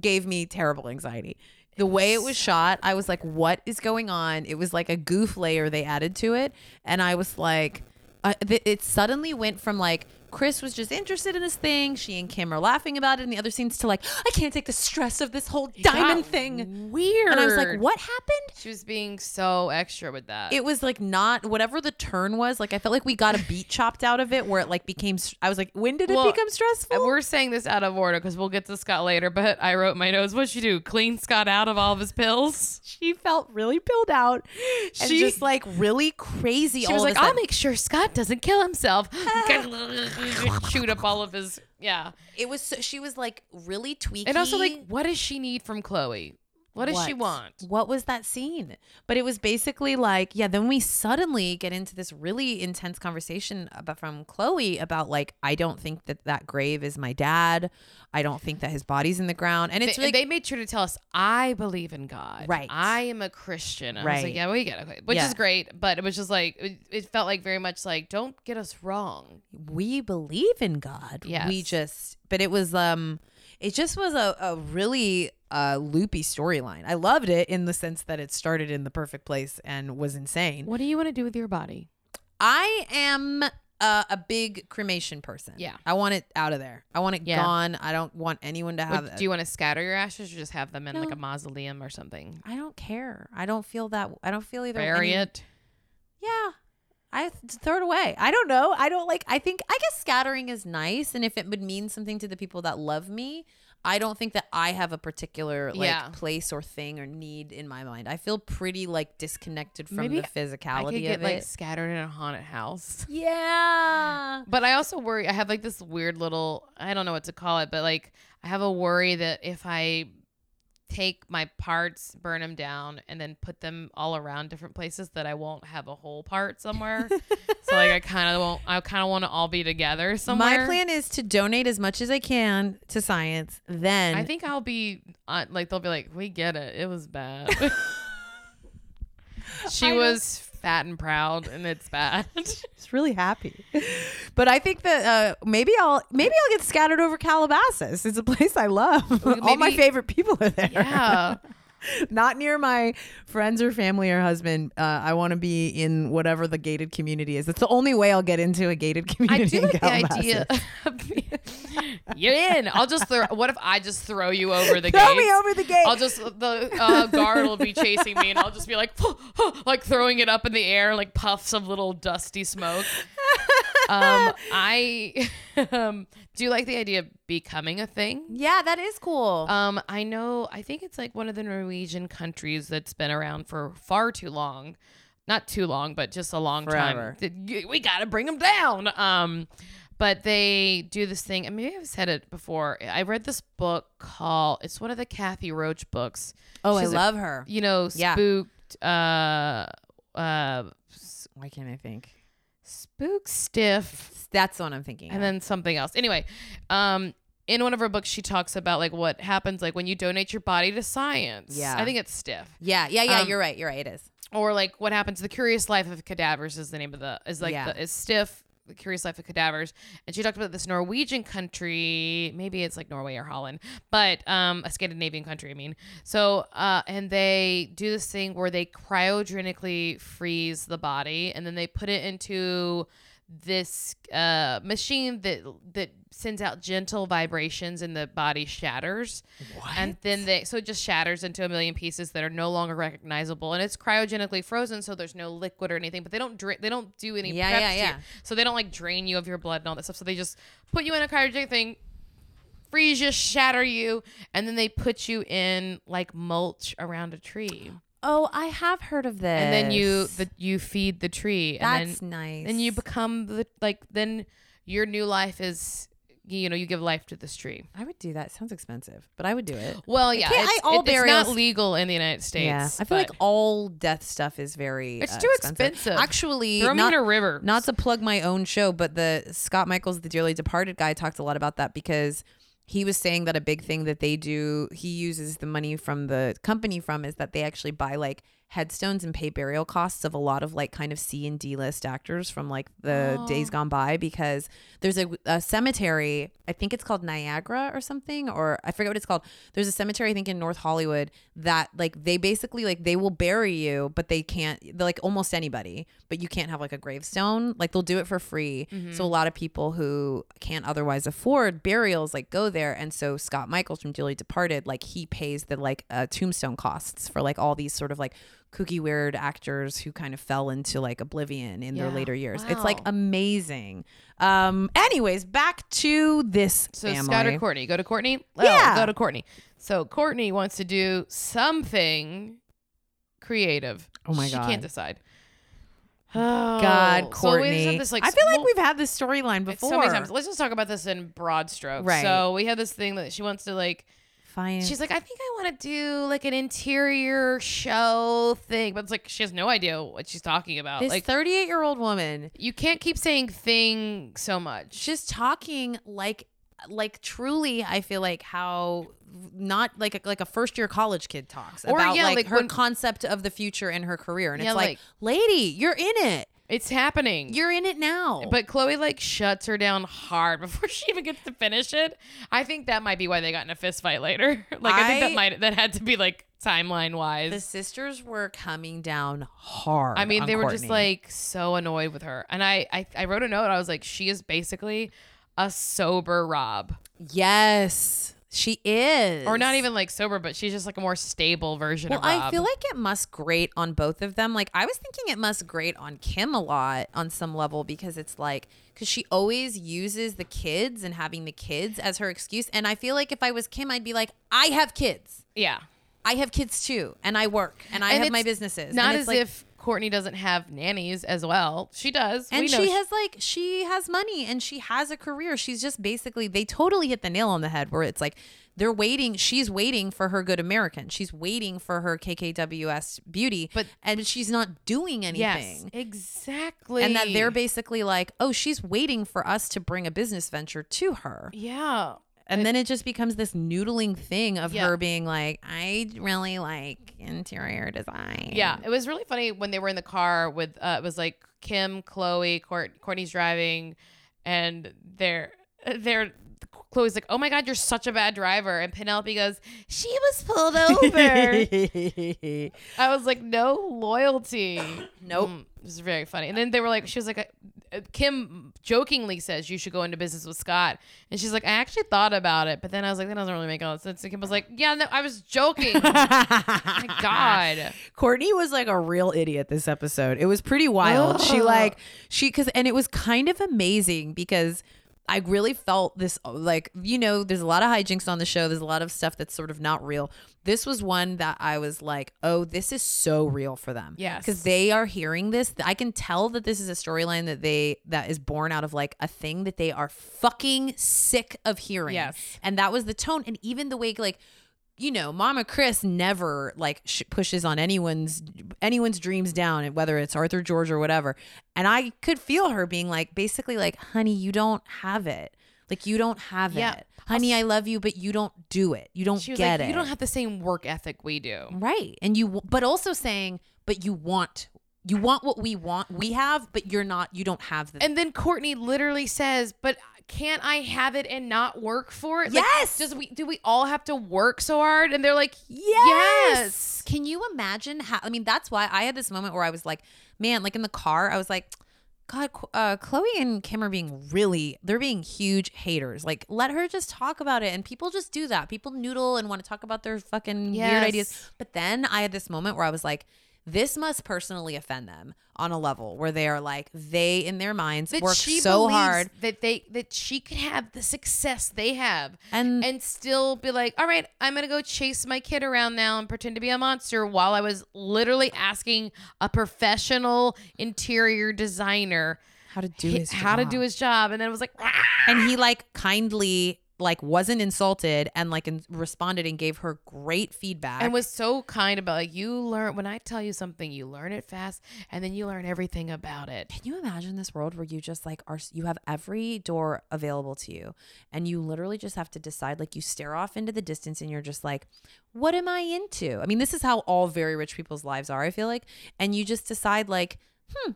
[SPEAKER 2] gave me terrible anxiety. The way it was shot, I was like, what is going on? It was like a goof layer they added to it. And I was like, I th- it suddenly went from like, Chris was just interested in this thing. She and Kim are laughing about it in the other scenes to like, I can't take the stress of this whole diamond
[SPEAKER 1] Got
[SPEAKER 2] thing.
[SPEAKER 1] Weird.
[SPEAKER 2] And I was like, what happened?
[SPEAKER 1] She was being so extra with that.
[SPEAKER 2] it was like not whatever the turn was. Like I felt like we got a beat chopped out of it where it like became. str- I was like, when did it
[SPEAKER 1] Well,
[SPEAKER 2] become stressful?
[SPEAKER 1] And We're saying this out of order because we'll get to Scott later, but I wrote my notes. What'd she do? Clean Scott out of all of his pills?
[SPEAKER 2] she felt really pilled out and
[SPEAKER 1] She-
[SPEAKER 2] just like really crazy.
[SPEAKER 1] She
[SPEAKER 2] all
[SPEAKER 1] was
[SPEAKER 2] of
[SPEAKER 1] like,
[SPEAKER 2] a
[SPEAKER 1] I'll
[SPEAKER 2] sudden."
[SPEAKER 1] make sure Scott doesn't kill himself. Shoot up all of his. Yeah.
[SPEAKER 2] it was. So, she was like really tweaky.
[SPEAKER 1] And also, like, what does she need from Chloe? What does she want?
[SPEAKER 2] What was that scene? But it was basically like, yeah, then we suddenly get into this really intense conversation about from Chloe about like, I don't think that that grave is my dad. I don't think that his body's in the ground. And it's
[SPEAKER 1] They-
[SPEAKER 2] really
[SPEAKER 1] and they made sure to tell us, I believe in God.
[SPEAKER 2] Right.
[SPEAKER 1] I am a Christian. I was
[SPEAKER 2] Right.
[SPEAKER 1] like, yeah, we get it. Okay. Which
[SPEAKER 2] Yeah.
[SPEAKER 1] is great, but it was just like, it, it felt like very much like, don't get us wrong.
[SPEAKER 2] we believe in God. We
[SPEAKER 1] Yes.
[SPEAKER 2] just but it was um it just was a, a really uh loopy storyline. I loved it in the sense that it started in the perfect place and was insane.
[SPEAKER 1] What do you want to do with your body?
[SPEAKER 2] I am uh, a big cremation person.
[SPEAKER 1] Yeah.
[SPEAKER 2] I want it out of there. I want it
[SPEAKER 1] Yeah.
[SPEAKER 2] gone. I don't want anyone to have
[SPEAKER 1] Would-
[SPEAKER 2] it.
[SPEAKER 1] do you want to scatter your ashes or just have them in like
[SPEAKER 2] No.
[SPEAKER 1] a mausoleum or something?
[SPEAKER 2] I don't care. I don't feel that. I don't feel either.
[SPEAKER 1] Bury
[SPEAKER 2] any-
[SPEAKER 1] it.
[SPEAKER 2] Yeah. I th- throw it away. I don't know. I don't like. I think. I guess scattering is nice, and if it would mean something to the people that love me, I don't think that I have a particular like
[SPEAKER 1] Yeah.
[SPEAKER 2] place or thing or need in my mind. I feel pretty like disconnected from
[SPEAKER 1] Maybe
[SPEAKER 2] the
[SPEAKER 1] I
[SPEAKER 2] physicality
[SPEAKER 1] could get
[SPEAKER 2] of
[SPEAKER 1] like
[SPEAKER 2] it.
[SPEAKER 1] scattered in a haunted house.
[SPEAKER 2] yeah.
[SPEAKER 1] But I also worry. I have like this weird little. I don't know what to call it, but like I have a worry that if I take my parts, burn them down, and then put them all around different places, that I won't have a whole part somewhere. so like I kind of won't. I kind of want to all be together somewhere.
[SPEAKER 2] My plan is to donate as much as I can to science. Then
[SPEAKER 1] I think I'll be uh, like they'll be like, we get it. It was bad.
[SPEAKER 2] I
[SPEAKER 1] she
[SPEAKER 2] don't-
[SPEAKER 1] was fat and proud, and it's bad.
[SPEAKER 2] It's really happy. But I think that uh, maybe I'll maybe I'll get scattered over Calabasas. It's a place I love.
[SPEAKER 1] Well,
[SPEAKER 2] All my
[SPEAKER 1] maybe-
[SPEAKER 2] favorite people are there.
[SPEAKER 1] yeah.
[SPEAKER 2] Not near my friends or family or husband. Uh, I want to be in whatever the gated community is. It's the only way I'll get into a gated
[SPEAKER 1] I do
[SPEAKER 2] community. in
[SPEAKER 1] like the
[SPEAKER 2] Calabasas.
[SPEAKER 1] idea. of- You're in. I'll just throw. What if I just throw you over the
[SPEAKER 2] Throw
[SPEAKER 1] gate?
[SPEAKER 2] me over the gate.
[SPEAKER 1] I'll just the uh, guard will be chasing me, and I'll just be like, like throwing it up in the air, like puffs of little dusty smoke. Um, I um, do like the idea of becoming a thing.
[SPEAKER 2] yeah, that is cool.
[SPEAKER 1] Um, I know. I think it's like one of the Norwegian countries that's been around for far too long. Not too long, but just a long
[SPEAKER 2] Forever.
[SPEAKER 1] time. Th- y- We got to bring them down. Um, but they do this thing. and Maybe I've said it before. I read this book called. It's one of the Kathy Roach books.
[SPEAKER 2] oh, I
[SPEAKER 1] she's a-
[SPEAKER 2] love her.
[SPEAKER 1] You know,
[SPEAKER 2] Yeah.
[SPEAKER 1] spooked. Uh, uh, s-
[SPEAKER 2] Why can't I think?
[SPEAKER 1] spook stiff.
[SPEAKER 2] That's what I'm thinking.
[SPEAKER 1] and then something else. Anyway, um, in one of her books, she talks about like what happens like when you donate your body to science.
[SPEAKER 2] Yeah.
[SPEAKER 1] I think it's stiff.
[SPEAKER 2] yeah, yeah, yeah.
[SPEAKER 1] um,
[SPEAKER 2] you're right. You're right. It is.
[SPEAKER 1] Or like what happens to the Curious Life of Cadavers is the name of the is like
[SPEAKER 2] Yeah.
[SPEAKER 1] the, is stiff. The Curious Life of Cadavers, and she talked about this Norwegian country. Maybe it's like Norway or Holland, but um, a Scandinavian country. I mean, so uh, and they do this thing where they cryogenically freeze the body, and then they put it into this uh, machine that that sends out gentle vibrations and the body shatters and then they so it just shatters into a million pieces that are no longer recognizable and it's cryogenically frozen so there's no liquid or anything but they don't dra- they don't do any
[SPEAKER 2] Yeah,
[SPEAKER 1] prep
[SPEAKER 2] yeah,
[SPEAKER 1] to
[SPEAKER 2] yeah.
[SPEAKER 1] you. so they don't like drain you of your blood and all that stuff so they just put you in a cryogenic thing freeze you shatter you and then they put you in like mulch around a tree
[SPEAKER 2] Oh, I have heard of this.
[SPEAKER 1] and then you the, you feed the tree and
[SPEAKER 2] That's
[SPEAKER 1] then
[SPEAKER 2] nice.
[SPEAKER 1] then you become the like then your new life is you know you give life to this tree
[SPEAKER 2] I would do that. Sounds expensive, but I would do it.
[SPEAKER 1] well yeah
[SPEAKER 2] can't-
[SPEAKER 1] it's,
[SPEAKER 2] I- all
[SPEAKER 1] it- it's
[SPEAKER 2] burials-
[SPEAKER 1] not legal in the united states
[SPEAKER 2] yeah, I feel like
[SPEAKER 1] but
[SPEAKER 2] all death stuff is very.
[SPEAKER 1] It's
[SPEAKER 2] uh,
[SPEAKER 1] too expensive.
[SPEAKER 2] Actually,
[SPEAKER 1] throw me
[SPEAKER 2] not,
[SPEAKER 1] in a river
[SPEAKER 2] not to plug my own show, but the Scott Michaels, the dearly departed guy, talked a lot about that because he was saying that a big thing that they do, he uses the money from the company from, is that they actually buy like headstones and pay burial costs of a lot of like kind of C and D list actors from like the
[SPEAKER 1] Oh.
[SPEAKER 2] days gone by because there's a, a cemetery, I think it's called Niagara or something, or I forget what it's called. There's a cemetery, I think, in North Hollywood that like they basically like they will bury you, but they can't, they're like almost anybody, but you can't have like a gravestone. Like they'll do it for free.
[SPEAKER 1] Mm-hmm.
[SPEAKER 2] So a lot of people who can't otherwise afford burials like go there. And so Scott Michaels from Dearly Departed, like he pays the like uh, tombstone costs for like all these sort of like kooky weird actors who kind of fell into like oblivion in their
[SPEAKER 1] Yeah.
[SPEAKER 2] later years. It's like
[SPEAKER 1] Wow.
[SPEAKER 2] amazing. Um, anyways, back to this
[SPEAKER 1] so
[SPEAKER 2] family.
[SPEAKER 1] Scott or Courtney, go to Courtney. Oh,
[SPEAKER 2] Yeah.
[SPEAKER 1] go to Courtney. So Courtney wants to do something creative.
[SPEAKER 2] Oh my
[SPEAKER 1] she
[SPEAKER 2] God.
[SPEAKER 1] can't decide. Oh
[SPEAKER 2] God,
[SPEAKER 1] So we
[SPEAKER 2] Courtney.
[SPEAKER 1] just have this, like,
[SPEAKER 2] I feel like
[SPEAKER 1] small-
[SPEAKER 2] we've had this storyline
[SPEAKER 1] It's
[SPEAKER 2] before.
[SPEAKER 1] So many times. Let's just talk about this in broad strokes.
[SPEAKER 2] Right.
[SPEAKER 1] So we have this thing that she wants to like.
[SPEAKER 2] Fine.
[SPEAKER 1] She's like, I think I want to do like an interior show thing, but it's like she has no idea what she's talking about.
[SPEAKER 2] this
[SPEAKER 1] like,
[SPEAKER 2] 38 year old woman
[SPEAKER 1] you can't keep saying thing so much.
[SPEAKER 2] just talking like like truly i feel like how not like a, like a first year college kid talks
[SPEAKER 1] Or,
[SPEAKER 2] about
[SPEAKER 1] yeah,
[SPEAKER 2] like,
[SPEAKER 1] like
[SPEAKER 2] her
[SPEAKER 1] when-
[SPEAKER 2] concept of the future and her career and
[SPEAKER 1] Yeah,
[SPEAKER 2] it's like,
[SPEAKER 1] like-
[SPEAKER 2] lady you're in it
[SPEAKER 1] It's happening.
[SPEAKER 2] you're in it now
[SPEAKER 1] But Chloe like shuts her down hard before she even gets to finish it. I think that might be why they got in a fist fight later. like I, think
[SPEAKER 2] I-
[SPEAKER 1] that might that had to be like timeline wise.
[SPEAKER 2] The sisters were coming down hard.
[SPEAKER 1] I mean,
[SPEAKER 2] on
[SPEAKER 1] they were just
[SPEAKER 2] Courtney.
[SPEAKER 1] like so annoyed with her. And I, I, I wrote a note. I was like, she is basically a sober Rob,
[SPEAKER 2] yes, she is,
[SPEAKER 1] or not even like sober, but she's just like a more stable version
[SPEAKER 2] Well,
[SPEAKER 1] of Rob.
[SPEAKER 2] I feel like it must grate on both of them. Like I was thinking it must grate on Kim a lot on some level because it's like because she always uses the kids and having the kids as her excuse. And I feel like if I was Kim, I'd be like, I have kids.
[SPEAKER 1] yeah,
[SPEAKER 2] I have kids too, and I work, and I
[SPEAKER 1] And
[SPEAKER 2] have my
[SPEAKER 1] it's
[SPEAKER 2] businesses.
[SPEAKER 1] not
[SPEAKER 2] and
[SPEAKER 1] as
[SPEAKER 2] it's like-
[SPEAKER 1] if Courtney doesn't have nannies as well. She does,
[SPEAKER 2] And
[SPEAKER 1] we know
[SPEAKER 2] she has like she has money and she has a career. She's just basically they totally hit the nail on the head where it's like they're waiting. She's waiting for her good American. She's waiting for her KKWS beauty,
[SPEAKER 1] But-
[SPEAKER 2] and she's not doing
[SPEAKER 1] yes,
[SPEAKER 2] anything.
[SPEAKER 1] exactly,
[SPEAKER 2] And that they're basically like, oh, she's waiting for us to bring a business venture to her.
[SPEAKER 1] yeah.
[SPEAKER 2] And then it just becomes this noodling thing of
[SPEAKER 1] Yeah.
[SPEAKER 2] her being like, I really like interior design.
[SPEAKER 1] Yeah, it was really funny when they were in the car with uh, it was like Kim, Chloe, Court, Courtney's driving, and they're they're Chloe's like, "Oh my God, you're such a bad driver," and Penelope goes, "She was pulled over." I was like, "No loyalty."
[SPEAKER 2] Nope.
[SPEAKER 1] Mm, it was very funny. And then they were like, she was like, uh, Kim jokingly says you should go into business with Scott, and she's like, I actually thought about it, but then I was like, that doesn't really make a lot of sense. And Kim was like, Yeah, no, I was joking. Oh my God.
[SPEAKER 2] Courtney was like a real idiot this episode. It was pretty wild. She
[SPEAKER 1] Ugh.
[SPEAKER 2] like she cuz and it was kind of amazing because I really felt this like you know there's a lot of hijinks on the show. There's a lot of stuff that's sort of not real. This was one that I was like, "Oh, this is so real for them."
[SPEAKER 1] Yes.
[SPEAKER 2] Cuz they are hearing this. I can tell that this is a storyline that they that is born out of like a thing that they are fucking sick of hearing.
[SPEAKER 1] Yes.
[SPEAKER 2] And that was the tone and even the way like you know, Mama Chris never like sh- pushes on anyone's anyone's dreams down, and whether it's Arthur George or whatever. And I could feel her being like, basically, like, "Honey, you don't have it. Like, you don't have
[SPEAKER 1] Yeah.
[SPEAKER 2] it. Honey, I love you, but you don't do it. You don't
[SPEAKER 1] She was
[SPEAKER 2] get
[SPEAKER 1] like,
[SPEAKER 2] it.
[SPEAKER 1] You don't have the same work ethic we do.
[SPEAKER 2] right." And you, w- but also saying, "But you want, you want what we want, we have, but you're not. You don't have the
[SPEAKER 1] And then Courtney literally says, "But can't I have it and not work for it? Like,
[SPEAKER 2] Yes!
[SPEAKER 1] does we do we all have to work so hard?" And they're like,
[SPEAKER 2] Yes.
[SPEAKER 1] "Yes."
[SPEAKER 2] Can you imagine how? I mean, that's why I had this moment where I was like, man, like in the car, I was like, God, Qu- uh, Chloe and Kim are being really, they're being huge haters. Like, let her just talk about it. And people just do that. People noodle and want to talk about their fucking weird
[SPEAKER 1] Yes.
[SPEAKER 2] ideas. But then I had this moment where I was like, this must personally offend them on a level where they are like, they in their minds
[SPEAKER 1] That
[SPEAKER 2] work
[SPEAKER 1] she
[SPEAKER 2] so
[SPEAKER 1] believes
[SPEAKER 2] hard.
[SPEAKER 1] that they that she could have the success they have
[SPEAKER 2] And,
[SPEAKER 1] and still be like, "All right, I'm going to go chase my kid around now and pretend to be a monster while I was literally asking a professional interior designer
[SPEAKER 2] how to do
[SPEAKER 1] hi-
[SPEAKER 2] his
[SPEAKER 1] how to
[SPEAKER 2] job.
[SPEAKER 1] do his job." And then it was like, "Ah."
[SPEAKER 2] and he like kindly like wasn't insulted and like in- responded and gave her great feedback
[SPEAKER 1] and was so kind about like you learn when I tell you something, you learn it fast, and then you learn everything about it.
[SPEAKER 2] can you imagine this world where you just like are you have every door available to you and you literally just have to decide like you stare off into the distance and you're just like what am i into i mean this is how all very rich people's lives are i feel like and you just decide like hmm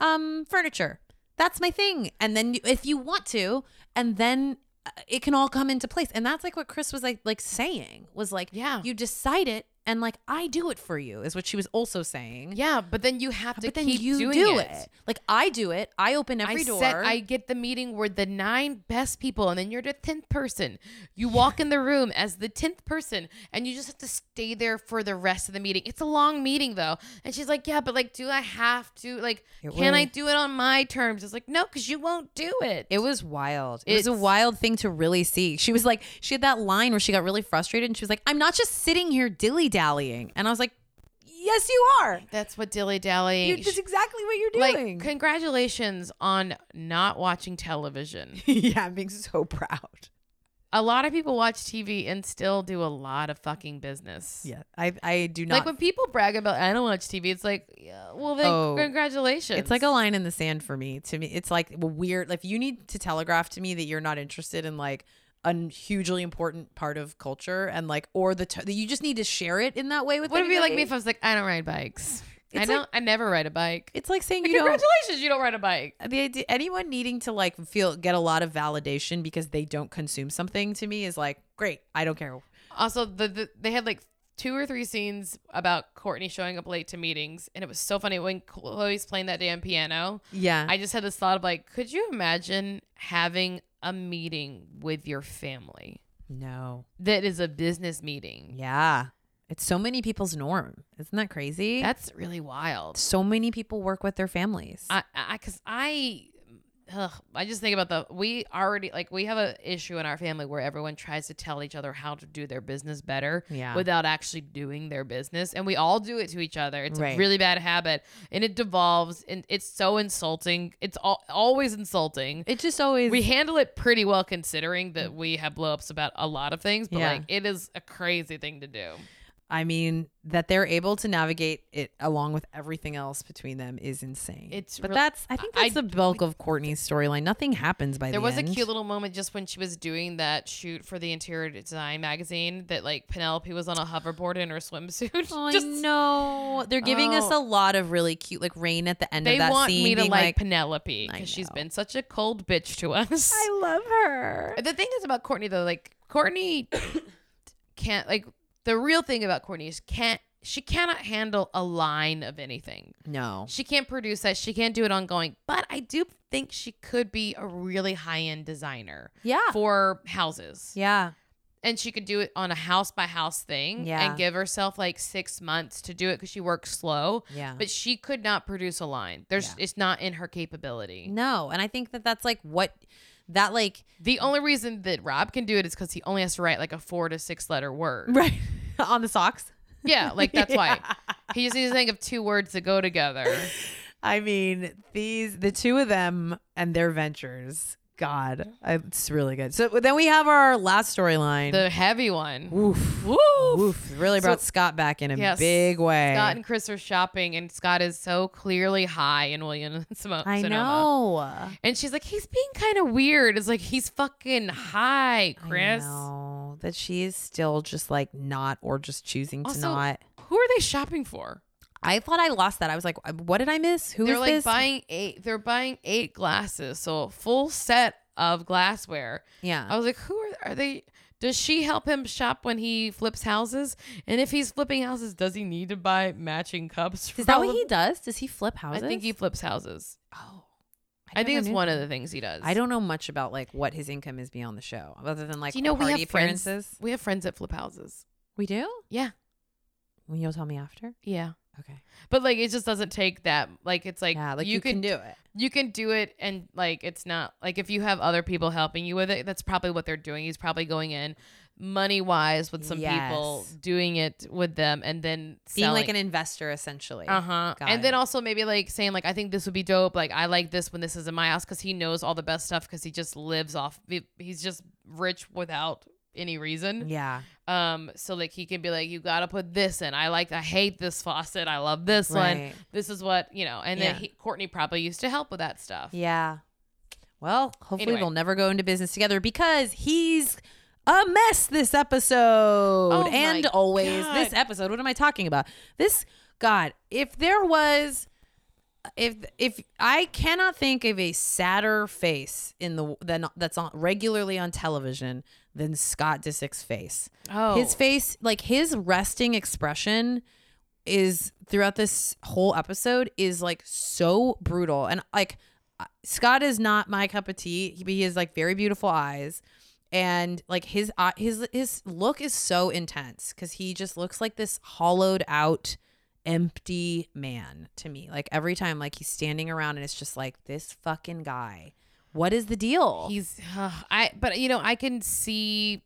[SPEAKER 2] um furniture that's my thing and then you- if you want to and then uh, it can all come into place and that's like what chris was like like saying was like
[SPEAKER 1] Yeah.
[SPEAKER 2] you decide it and like i do it for you is what she was also saying
[SPEAKER 1] Yeah, but then you have to
[SPEAKER 2] Ah, but then
[SPEAKER 1] keep
[SPEAKER 2] you
[SPEAKER 1] doing
[SPEAKER 2] do
[SPEAKER 1] it.
[SPEAKER 2] it. Like I do it. I open every
[SPEAKER 1] I
[SPEAKER 2] door.
[SPEAKER 1] Set, I get the meeting where the nine best people, and then you're the tenth person. You walk in the room as the tenth person, and you just have to stay there for the rest of the meeting. It's a long meeting though, and she's like, "Yeah, but like, do I have to? Like,
[SPEAKER 2] It
[SPEAKER 1] can I
[SPEAKER 2] will-
[SPEAKER 1] do it on my terms?" It's like, "No, because you won't do it."
[SPEAKER 2] it was wild. It was a
[SPEAKER 1] It's-
[SPEAKER 2] wild thing to really see. She was like, she had that line where she got really frustrated and she was like, I'm not just sitting here dilly dallying. And I was like, Yes, you are.
[SPEAKER 1] That's what dilly dallying.
[SPEAKER 2] You, that's exactly what you're
[SPEAKER 1] like,
[SPEAKER 2] doing.
[SPEAKER 1] congratulations on not watching television.
[SPEAKER 2] yeah, I'm being so proud.
[SPEAKER 1] a lot of people watch TV and still do a lot of fucking business.
[SPEAKER 2] Yeah, I, I do not.
[SPEAKER 1] Like when people brag about I don't watch TV, it's like, yeah, well then
[SPEAKER 2] Oh.
[SPEAKER 1] congratulations.
[SPEAKER 2] it's like a line in the sand for me. To me, it's like a weird. Like if you need to telegraph to me that you're not interested in like a hugely important part of culture and like or the t- you just need to share it in that way with.
[SPEAKER 1] Would it be like me
[SPEAKER 2] anybody.
[SPEAKER 1] if I was like, I don't ride bikes. I
[SPEAKER 2] It's
[SPEAKER 1] don't. I never ride a bike.
[SPEAKER 2] It's like saying you don't.
[SPEAKER 1] Congratulations, you don't ride a bike.
[SPEAKER 2] The idea, anyone needing to like feel get a lot of validation because they don't consume something to me is like great. I don't care.
[SPEAKER 1] Also, the, the they had like two or three scenes about Courtney showing up late to meetings, and it was so funny when Chloe's playing that damn piano.
[SPEAKER 2] Yeah.
[SPEAKER 1] I just had this thought of like, could you imagine having a meeting with your family
[SPEAKER 2] no.
[SPEAKER 1] that is a business meeting?
[SPEAKER 2] Yeah. It's so many people's norm. Isn't that crazy?
[SPEAKER 1] That's really wild.
[SPEAKER 2] so many people work with their families.
[SPEAKER 1] I, I, cause I, ugh, I just think about the we already like we have a issue in our family where everyone tries to tell each other how to do their business better
[SPEAKER 2] Yeah.
[SPEAKER 1] without actually doing their business, and we all do it to each other. It's
[SPEAKER 2] Right.
[SPEAKER 1] a really bad habit, and it devolves, and it's so insulting. It's al- always insulting.
[SPEAKER 2] it just always
[SPEAKER 1] We handle it pretty well considering that we have blowups about a lot of things, but
[SPEAKER 2] Yeah.
[SPEAKER 1] like it is a crazy thing to do.
[SPEAKER 2] I mean, that they're able to navigate it along with everything else between them is insane.
[SPEAKER 1] It's
[SPEAKER 2] but
[SPEAKER 1] real-
[SPEAKER 2] that's I think
[SPEAKER 1] I-
[SPEAKER 2] that's the bulk of Courtney's storyline. Nothing happens by
[SPEAKER 1] There
[SPEAKER 2] the
[SPEAKER 1] was
[SPEAKER 2] end.
[SPEAKER 1] a cute little moment just when she was doing that shoot for the interior design magazine that like Penelope was on a hoverboard in her swimsuit.
[SPEAKER 2] Oh,
[SPEAKER 1] just
[SPEAKER 2] I know they're giving us a
[SPEAKER 1] Oh.
[SPEAKER 2] lot of really cute, like rain at the end
[SPEAKER 1] they
[SPEAKER 2] of that
[SPEAKER 1] want
[SPEAKER 2] scene.
[SPEAKER 1] me to
[SPEAKER 2] being
[SPEAKER 1] like,
[SPEAKER 2] like,
[SPEAKER 1] Penelope
[SPEAKER 2] I
[SPEAKER 1] because she's
[SPEAKER 2] know.
[SPEAKER 1] been such a cold bitch to us.
[SPEAKER 2] I love her.
[SPEAKER 1] the thing is about Courtney though, like Courtney can't like the real thing about Courtney is can't she cannot handle a line of anything.
[SPEAKER 2] No,
[SPEAKER 1] She can't produce that. She can't do it ongoing. But I do think she could be a really high end designer
[SPEAKER 2] yeah,
[SPEAKER 1] for houses.
[SPEAKER 2] yeah,
[SPEAKER 1] and she could do it on a house by house thing
[SPEAKER 2] Yeah.
[SPEAKER 1] and give herself like six months to do it because she works slow
[SPEAKER 2] yeah.
[SPEAKER 1] but she could not produce a line there's
[SPEAKER 2] Yeah.
[SPEAKER 1] it's not in her capability
[SPEAKER 2] no, and I think that that's like what that like
[SPEAKER 1] the only reason that rob can do it is because he only has to write like a four to six letter word
[SPEAKER 2] right on the socks.
[SPEAKER 1] yeah like that's why he just needs to think of two words that go together
[SPEAKER 2] I mean, these the two of them and their ventures. God, I- it's really good. So then we have our last storyline.
[SPEAKER 1] the heavy one
[SPEAKER 2] Woof.
[SPEAKER 1] Woof.
[SPEAKER 2] Woof. Really
[SPEAKER 1] So-
[SPEAKER 2] brought Scott back in a
[SPEAKER 1] Yes.
[SPEAKER 2] big way.
[SPEAKER 1] scott and chris are shopping and scott is so clearly high in william Sonoma.
[SPEAKER 2] I know.
[SPEAKER 1] and she's like he's being kind of weird it's like he's fucking high chris
[SPEAKER 2] I know that she is still just like not or just choosing to
[SPEAKER 1] Also-
[SPEAKER 2] not.
[SPEAKER 1] Who are they shopping for?
[SPEAKER 2] I thought I lost that. I was like, "Uh, what did I miss? Who is
[SPEAKER 1] they're like
[SPEAKER 2] this?
[SPEAKER 1] buying eight. They're buying eight glasses, so a full set of glassware.
[SPEAKER 2] yeah.
[SPEAKER 1] I was like, who are, are they? Does she help him shop when he flips houses? And if he's flipping houses, does he need to buy matching cups? for
[SPEAKER 2] Is that
[SPEAKER 1] all
[SPEAKER 2] what
[SPEAKER 1] of-
[SPEAKER 2] he does? Does he flip houses?
[SPEAKER 1] I think he flips houses.
[SPEAKER 2] Oh,
[SPEAKER 1] I, think
[SPEAKER 2] never
[SPEAKER 1] it's
[SPEAKER 2] knew
[SPEAKER 1] one
[SPEAKER 2] that.
[SPEAKER 1] of the things he does.
[SPEAKER 2] I don't know much about like what his income is beyond the show, other than like
[SPEAKER 1] Do you know we
[SPEAKER 2] party
[SPEAKER 1] have friends-
[SPEAKER 2] appearances.
[SPEAKER 1] We have friends that flip houses.
[SPEAKER 2] We do.
[SPEAKER 1] Yeah,
[SPEAKER 2] Well, you'll tell me after.
[SPEAKER 1] yeah.
[SPEAKER 2] Okay.
[SPEAKER 1] But like, it just doesn't take that. Like, it's like,
[SPEAKER 2] yeah, like you,
[SPEAKER 1] you,
[SPEAKER 2] can,
[SPEAKER 1] can
[SPEAKER 2] do it.
[SPEAKER 1] you can do it and like it's not like if you have other people helping you with it that's probably what they're doing he's probably going in money wise with some people
[SPEAKER 2] Yes.
[SPEAKER 1] doing it with them and then
[SPEAKER 2] Being
[SPEAKER 1] selling.
[SPEAKER 2] like an investor essentially.
[SPEAKER 1] uh-huh
[SPEAKER 2] Got
[SPEAKER 1] and then
[SPEAKER 2] it.
[SPEAKER 1] also maybe like saying like i think this would be dope like i like this when this is in my house because he knows all the best stuff because he just lives off he- he's just rich without any reason
[SPEAKER 2] Yeah.
[SPEAKER 1] um so like he can be like you gotta put this in i like i hate this faucet i love this one
[SPEAKER 2] Right.
[SPEAKER 1] this is what you know and
[SPEAKER 2] Yeah.
[SPEAKER 1] then he, courtney probably used to help with that stuff
[SPEAKER 2] Yeah. Well, hopefully
[SPEAKER 1] Anyway.
[SPEAKER 2] they'll never go into business together because he's a mess this episode
[SPEAKER 1] Oh my
[SPEAKER 2] and always
[SPEAKER 1] God.
[SPEAKER 2] this episode. What am I talking about? This God, if there was if if I cannot think of a sadder face in the than that's on regularly on television than Scott Disick's face.
[SPEAKER 1] Oh,
[SPEAKER 2] His face, like his resting expression is throughout this whole episode is like so brutal. And like uh, Scott is not my cup of tea. He, he has like very beautiful eyes and like his eye, his his look is so intense cuz he just looks like this hollowed out empty man to me. Like every time like he's standing around and it's just like this fucking guy. What is the deal?
[SPEAKER 1] He's ugh, I, but you know, I can see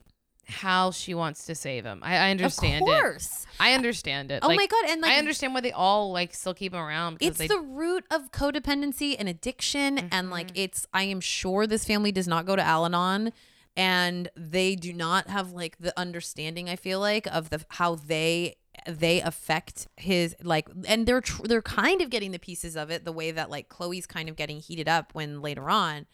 [SPEAKER 1] how she wants to save him. I, I understand
[SPEAKER 2] of
[SPEAKER 1] it.
[SPEAKER 2] course.
[SPEAKER 1] I understand it.
[SPEAKER 2] Oh
[SPEAKER 1] Like,
[SPEAKER 2] my god, and like
[SPEAKER 1] I understand why they all like still keep him around because
[SPEAKER 2] it's
[SPEAKER 1] they.
[SPEAKER 2] the root of codependency and addiction and like
[SPEAKER 1] Mm-hmm.
[SPEAKER 2] it's i am sure this family does not go to al-anon and they do not have like the understanding i feel like of the how they they affect his like and they're tr- they're kind of getting the pieces of it the way that like chloe's kind of getting heated up when later on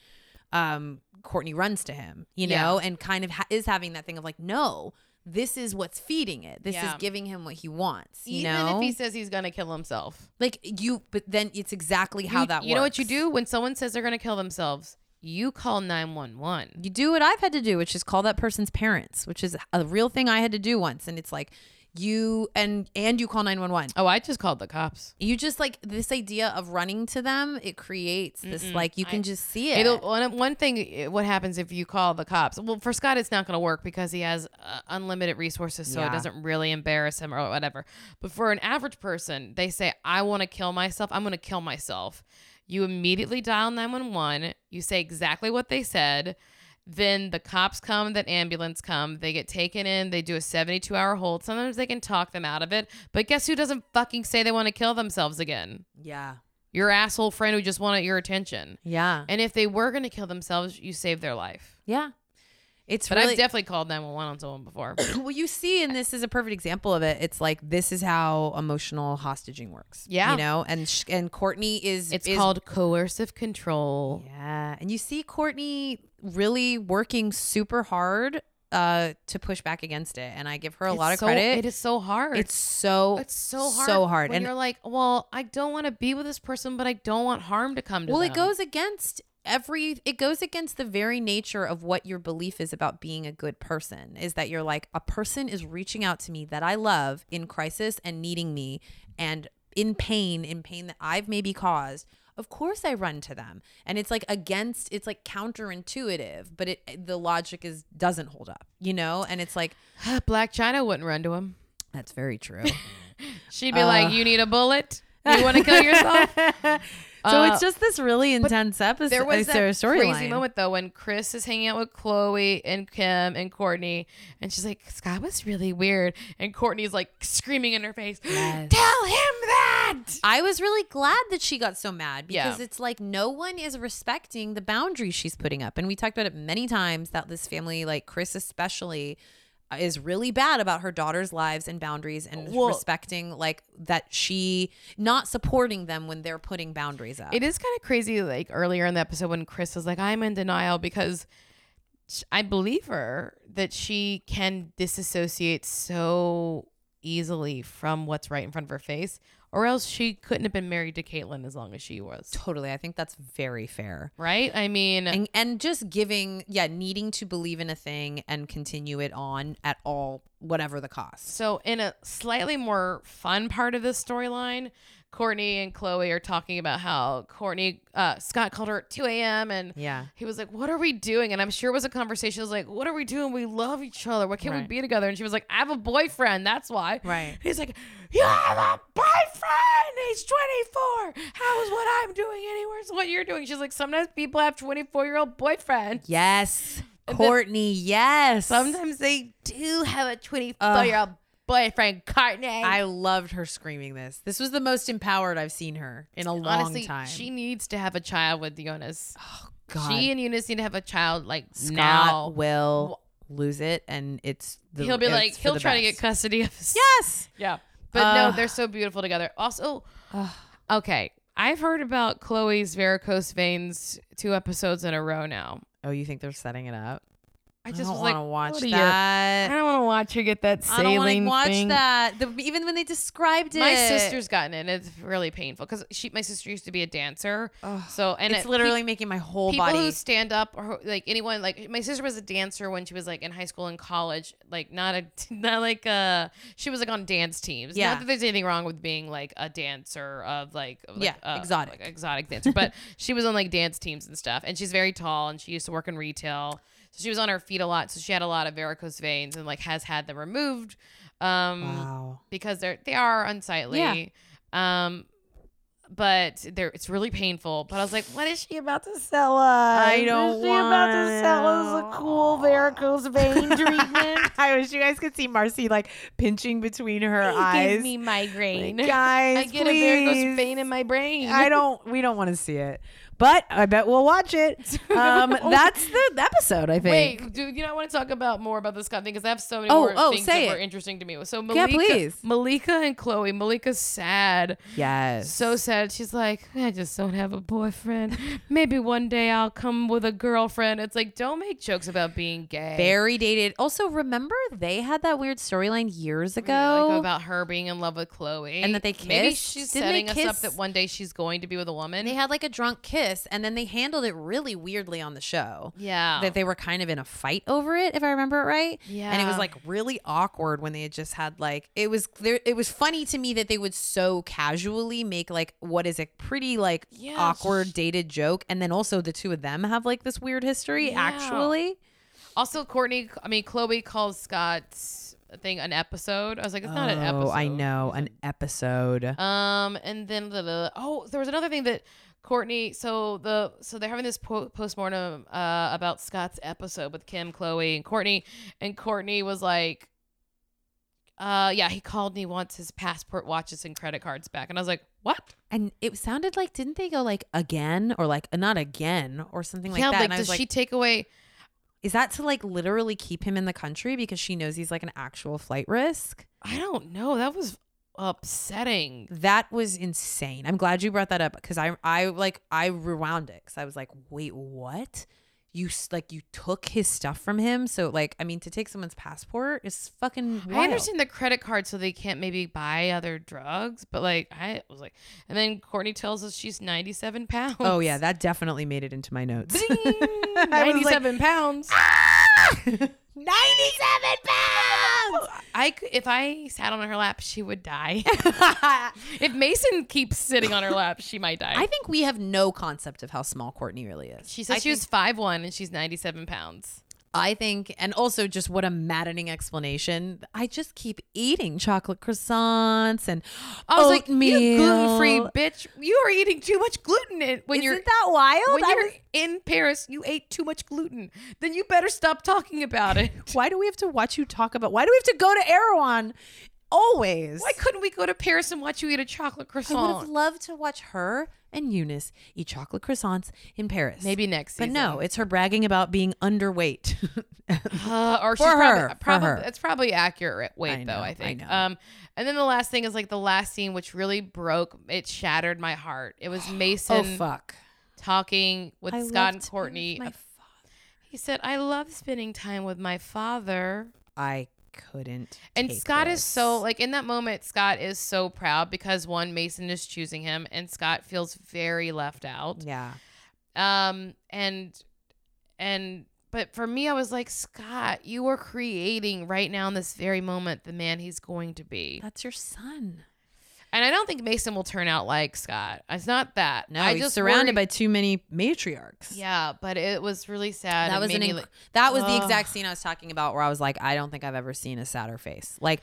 [SPEAKER 2] um courtney runs to him you
[SPEAKER 1] Yeah.
[SPEAKER 2] know and kind of ha- is having that thing of like no this is what's feeding it this
[SPEAKER 1] Yeah.
[SPEAKER 2] is giving him what he wants you
[SPEAKER 1] even
[SPEAKER 2] know
[SPEAKER 1] if he says he's gonna kill himself,
[SPEAKER 2] like you, but then it's exactly how
[SPEAKER 1] you,
[SPEAKER 2] that works.
[SPEAKER 1] you know what you do when someone says they're gonna kill themselves? You call nine one one.
[SPEAKER 2] You do what I've had to do, which is call that person's parents, which is a real thing I had to do once. And it's like, you and and you call 911
[SPEAKER 1] Oh, I just called the cops.
[SPEAKER 2] you just like this idea of running to them it creates this like you can just see it
[SPEAKER 1] It'll, one, one thing, uh, what happens if you call the cops? Well, for Scott, it's not going to work because he has uh, unlimited resources, so
[SPEAKER 2] Yeah.
[SPEAKER 1] it doesn't really embarrass him or whatever. But for an average person, they say, I want to kill myself. I'm going to kill myself. You immediately dial 911. You say exactly what they said. Then the cops come, then ambulance come. They get taken in. They do a 72 hour hold. Sometimes they can talk them out of it. But guess who doesn't fucking say they want to kill themselves again?
[SPEAKER 2] yeah
[SPEAKER 1] Your asshole friend who just wanted your attention.
[SPEAKER 2] yeah
[SPEAKER 1] And if they were going to kill themselves, you saved their life.
[SPEAKER 2] yeah it's
[SPEAKER 1] But
[SPEAKER 2] really
[SPEAKER 1] I've definitely called 911 on someone before.
[SPEAKER 2] well you see and this is a perfect example of it it's like this is how emotional hostaging works
[SPEAKER 1] Yeah.
[SPEAKER 2] you know and sh- and courtney is
[SPEAKER 1] It's
[SPEAKER 2] is-
[SPEAKER 1] called coercive control.
[SPEAKER 2] yeah and you see courtney really working super hard uh to push back against it and i give her a
[SPEAKER 1] It's
[SPEAKER 2] lot of
[SPEAKER 1] so-
[SPEAKER 2] credit
[SPEAKER 1] It is so hard.
[SPEAKER 2] it's so
[SPEAKER 1] it's so hard.
[SPEAKER 2] so hard
[SPEAKER 1] When
[SPEAKER 2] and
[SPEAKER 1] you're like, well, I don't want to be with this person, but I don't want harm to come to
[SPEAKER 2] well
[SPEAKER 1] them.
[SPEAKER 2] it goes against every it goes against the very nature of what your belief is about being a good person is that you're like a person is reaching out to me that i love in crisis and needing me and in pain in pain that i've maybe caused of course i run to them and it's like against it's like counterintuitive but it the logic is doesn't hold up you know and it's like
[SPEAKER 1] Black China wouldn't run to him.
[SPEAKER 2] that's very true
[SPEAKER 1] She'd be
[SPEAKER 2] Uh.
[SPEAKER 1] like, you need a bullet? You want to kill yourself?
[SPEAKER 2] so
[SPEAKER 1] Uh,
[SPEAKER 2] it's just this really intense episode
[SPEAKER 1] there was that
[SPEAKER 2] uh, storyline.
[SPEAKER 1] crazy moment though when Chris is hanging out with Chloe and Kim and Courtney, and she's like, "Scott was really weird," and Courtney's like screaming in her face,
[SPEAKER 2] Yes.
[SPEAKER 1] "Tell him that!"
[SPEAKER 2] I was really glad that she got so mad
[SPEAKER 1] Yeah.
[SPEAKER 2] because it's like no one is respecting the boundaries she's putting up. And we talked about it many times that this family, like Chris especially, uh, is really bad about her daughter's lives and boundaries and
[SPEAKER 1] Well-
[SPEAKER 2] respecting like that she not supporting them when they're putting boundaries up.
[SPEAKER 1] It is kind of crazy. Like earlier in the episode when Chris was like, "I'm in denial" because sh- I believe her that she can disassociate so easily from what's right in front of her face, or else she couldn't have been married to Caitlyn as long as she was.
[SPEAKER 2] totally. I think that's very fair.
[SPEAKER 1] Right? I mean,
[SPEAKER 2] And, and just giving, yeah, needing to believe in a thing and continue it on at all, whatever the cost.
[SPEAKER 1] So, in a slightly more fun part of this storyline, Courtney and Chloe are talking about how Courtney uh, Scott called her at 2 a.m. and
[SPEAKER 2] Yeah.
[SPEAKER 1] he was like, "What are we doing?" And I'm sure it was a conversation. It was like, "What are we doing? We love each other. Why can't we
[SPEAKER 2] Right.
[SPEAKER 1] be together?" And she was like, "I have a boyfriend. That's why."
[SPEAKER 2] Right.
[SPEAKER 1] He's like, "You have a boyfriend. He's 24. How is what I'm doing any worse than what you're doing?" She's like, "Sometimes people have 24 year old boyfriends.
[SPEAKER 2] Yes.
[SPEAKER 1] And then-
[SPEAKER 2] Courtney, yes.
[SPEAKER 1] Sometimes they do have a 24 year old boyfriend, Courtney."
[SPEAKER 2] I loved her screaming this. This was the most empowered I've seen her in a long
[SPEAKER 1] Honestly,
[SPEAKER 2] time.
[SPEAKER 1] she needs to have a child with Jonas.
[SPEAKER 2] God,
[SPEAKER 1] She and Eunice need to have a child like
[SPEAKER 2] Scott
[SPEAKER 1] now.
[SPEAKER 2] will lose it, and it's the,
[SPEAKER 1] he'll be
[SPEAKER 2] it's
[SPEAKER 1] like,
[SPEAKER 2] for
[SPEAKER 1] he'll
[SPEAKER 2] the
[SPEAKER 1] try to get
[SPEAKER 2] best.
[SPEAKER 1] custody of us.
[SPEAKER 2] yes.
[SPEAKER 1] Yeah. But
[SPEAKER 2] Ugh.
[SPEAKER 1] no, they're so beautiful together. Also,
[SPEAKER 2] Ugh.
[SPEAKER 1] okay, I've heard about Chloe's varicose veins two episodes in a row now.
[SPEAKER 2] Oh, you think they're setting it up?
[SPEAKER 1] I just
[SPEAKER 2] don't
[SPEAKER 1] was like,
[SPEAKER 2] wanna watch
[SPEAKER 1] what are you- I
[SPEAKER 2] that.
[SPEAKER 1] don't want to watch her get that
[SPEAKER 2] I
[SPEAKER 1] saline
[SPEAKER 2] don't want to watch
[SPEAKER 1] thing.
[SPEAKER 2] that. The, even when they described it,
[SPEAKER 1] My sister's gotten it. And it's really painful because she, my sister, used to be a dancer.
[SPEAKER 2] Ugh.
[SPEAKER 1] So and
[SPEAKER 2] it's
[SPEAKER 1] it-
[SPEAKER 2] literally making my whole
[SPEAKER 1] people
[SPEAKER 2] body.
[SPEAKER 1] who stand up or who- like anyone like my sister was a dancer when she was like in high school and college like not a not like uh she was like on dance teams
[SPEAKER 2] Yeah.
[SPEAKER 1] not that there's anything wrong with being like a dancer of like, like,
[SPEAKER 2] Yeah,
[SPEAKER 1] uh,
[SPEAKER 2] exotic.
[SPEAKER 1] like, exotic dancer but she was on like dance teams and stuff and she's very tall and she used to work in retail so she was on her feet a lot so she had a lot of varicose veins and like has had them removed um
[SPEAKER 2] wow.
[SPEAKER 1] because they're they are unsightly. Um but they're it's really painful. But I was like, what is she about to sell us?
[SPEAKER 2] I don't
[SPEAKER 1] is she about to
[SPEAKER 2] wanna
[SPEAKER 1] sell us a cool varicose vein treatment.
[SPEAKER 2] I wish you guys could see Marcy like pinching between her
[SPEAKER 1] It gives me migraine.
[SPEAKER 2] Guys,
[SPEAKER 1] I get a varicose vein in my brain.
[SPEAKER 2] I don't. We don't want to see it, but I bet we'll watch it. Um, that's the episode. I think.
[SPEAKER 1] Wait, do you know? I want to talk about more about this Scott thing because I have so many
[SPEAKER 2] Oh,
[SPEAKER 1] more
[SPEAKER 2] oh,
[SPEAKER 1] things
[SPEAKER 2] say
[SPEAKER 1] that were
[SPEAKER 2] it.
[SPEAKER 1] interesting to me. So Malika,
[SPEAKER 2] Yeah, please.
[SPEAKER 1] Malika and Chloe. Malika's sad.
[SPEAKER 2] Yes.
[SPEAKER 1] so sad. She's like, I just don't have a boyfriend. Maybe one day I'll come with a girlfriend. It's like, don't make jokes about being gay.
[SPEAKER 2] very dated. Also, remember they had that weird storyline years
[SPEAKER 1] You know,
[SPEAKER 2] ago.
[SPEAKER 1] like about her being in love with Chloe
[SPEAKER 2] And that they
[SPEAKER 1] Maybe
[SPEAKER 2] kissed?
[SPEAKER 1] she's
[SPEAKER 2] Didn't they
[SPEAKER 1] setting us up
[SPEAKER 2] kiss?
[SPEAKER 1] that one day she's going to be with a woman.
[SPEAKER 2] they had like a drunk kiss, this. And then they handled it really weirdly on the show.
[SPEAKER 1] Yeah.
[SPEAKER 2] That they were kind of in a fight over it, if I remember it right.
[SPEAKER 1] yeah.
[SPEAKER 2] And it was like really awkward when they had just had like it was there it was funny to me that they would so casually make like what is a pretty like
[SPEAKER 1] Yeah,
[SPEAKER 2] awkward dated joke and then also the two of them have like this weird history
[SPEAKER 1] Yeah.
[SPEAKER 2] actually.
[SPEAKER 1] Also, Courtney, I mean, Chloe calls Scott's thing an episode. I was like, it's not an episode.
[SPEAKER 2] Oh, I know, an episode.
[SPEAKER 1] Um, and then the, the oh, there was another thing that Courtney. So the so they're having this po- postmortem uh, about Scott's episode with Kim, Chloe, and Courtney, and Courtney was like, "Uh, yeah, he called and he wants his passport, watches, and credit cards back." And I was like, "What?"
[SPEAKER 2] And it sounded like didn't they go like again or like uh, not again or something like
[SPEAKER 1] yeah,
[SPEAKER 2] that?
[SPEAKER 1] like
[SPEAKER 2] and I
[SPEAKER 1] does
[SPEAKER 2] was like,
[SPEAKER 1] she take away?
[SPEAKER 2] is that to like literally keep him in the country because she knows he's like an actual flight risk?
[SPEAKER 1] I don't know. That was upsetting.
[SPEAKER 2] That was insane. I'm glad you brought that up because I I like I rewound it because I was like, wait, what? You s- like you took his stuff from him, so like I mean to take someone's passport is fucking. Wild.
[SPEAKER 1] I understand the credit card so they can't maybe buy other drugs, but like I was like, and then Courtney tells us she's 97 pounds.
[SPEAKER 2] Oh yeah, that definitely made it into my notes.
[SPEAKER 1] Bing! 97 pounds.
[SPEAKER 2] Ninety-seven pounds.
[SPEAKER 1] I c- if I sat on her lap, she would die. if Mason keeps sitting on her lap, she might die.
[SPEAKER 2] I think we have no concept of how small Courtney really is.
[SPEAKER 1] she says
[SPEAKER 2] I
[SPEAKER 1] she
[SPEAKER 2] think-
[SPEAKER 1] was five one and she's 97 pounds.
[SPEAKER 2] I think, and also just what a maddening explanation. I just keep eating chocolate croissants and
[SPEAKER 1] I was like, you
[SPEAKER 2] oatmeal.
[SPEAKER 1] gluten free bitch. You are eating too much gluten in, when you're
[SPEAKER 2] Isn't that wild?
[SPEAKER 1] when
[SPEAKER 2] I
[SPEAKER 1] you're
[SPEAKER 2] was-
[SPEAKER 1] in Paris. You ate too much gluten. Then you better stop talking about it.
[SPEAKER 2] why do we have to watch you talk about? Why do we have to go to Erewhon always?
[SPEAKER 1] Why couldn't we go to Paris and watch you eat a chocolate
[SPEAKER 2] I would have
[SPEAKER 1] croissant?
[SPEAKER 2] loved to watch her and Eunice eat chocolate croissants in Paris.
[SPEAKER 1] Maybe next
[SPEAKER 2] But
[SPEAKER 1] season.
[SPEAKER 2] no, it's her bragging about being underweight.
[SPEAKER 1] Uh, or
[SPEAKER 2] For
[SPEAKER 1] she's probably-
[SPEAKER 2] her, for
[SPEAKER 1] probably,
[SPEAKER 2] her.
[SPEAKER 1] It's probably accurate weight,
[SPEAKER 2] I
[SPEAKER 1] though,
[SPEAKER 2] know,
[SPEAKER 1] I
[SPEAKER 2] I
[SPEAKER 1] think.
[SPEAKER 2] know.
[SPEAKER 1] Um, and then the last thing is like the last scene, which really broke, it shattered my heart. It was
[SPEAKER 2] oh,
[SPEAKER 1] Mason
[SPEAKER 2] fuck.
[SPEAKER 1] talking with
[SPEAKER 2] I love
[SPEAKER 1] Scott
[SPEAKER 2] to be
[SPEAKER 1] and
[SPEAKER 2] with
[SPEAKER 1] Courtney.
[SPEAKER 2] my fa-
[SPEAKER 1] he said, I love spending time with my father.
[SPEAKER 2] I couldn't.
[SPEAKER 1] And
[SPEAKER 2] take
[SPEAKER 1] Scott is so,
[SPEAKER 2] this.
[SPEAKER 1] like, in that moment, Scott is so proud because one, Mason is choosing him, and Scott feels very left out.
[SPEAKER 2] Yeah.
[SPEAKER 1] um and and but for me i was like scott you are creating right now in this very moment the man he's going to be
[SPEAKER 2] That's your son.
[SPEAKER 1] and i don't think mason will turn out like scott it's not that
[SPEAKER 2] No,
[SPEAKER 1] I
[SPEAKER 2] he's
[SPEAKER 1] just
[SPEAKER 2] surrounded
[SPEAKER 1] worry-
[SPEAKER 2] by too many matriarchs.
[SPEAKER 1] yeah but it was really sad
[SPEAKER 2] That
[SPEAKER 1] It
[SPEAKER 2] was
[SPEAKER 1] made
[SPEAKER 2] an
[SPEAKER 1] me
[SPEAKER 2] inc-
[SPEAKER 1] like-
[SPEAKER 2] that was the
[SPEAKER 1] Ugh.
[SPEAKER 2] exact scene I was talking about where I was like, I don't think I've ever seen a sadder face. Like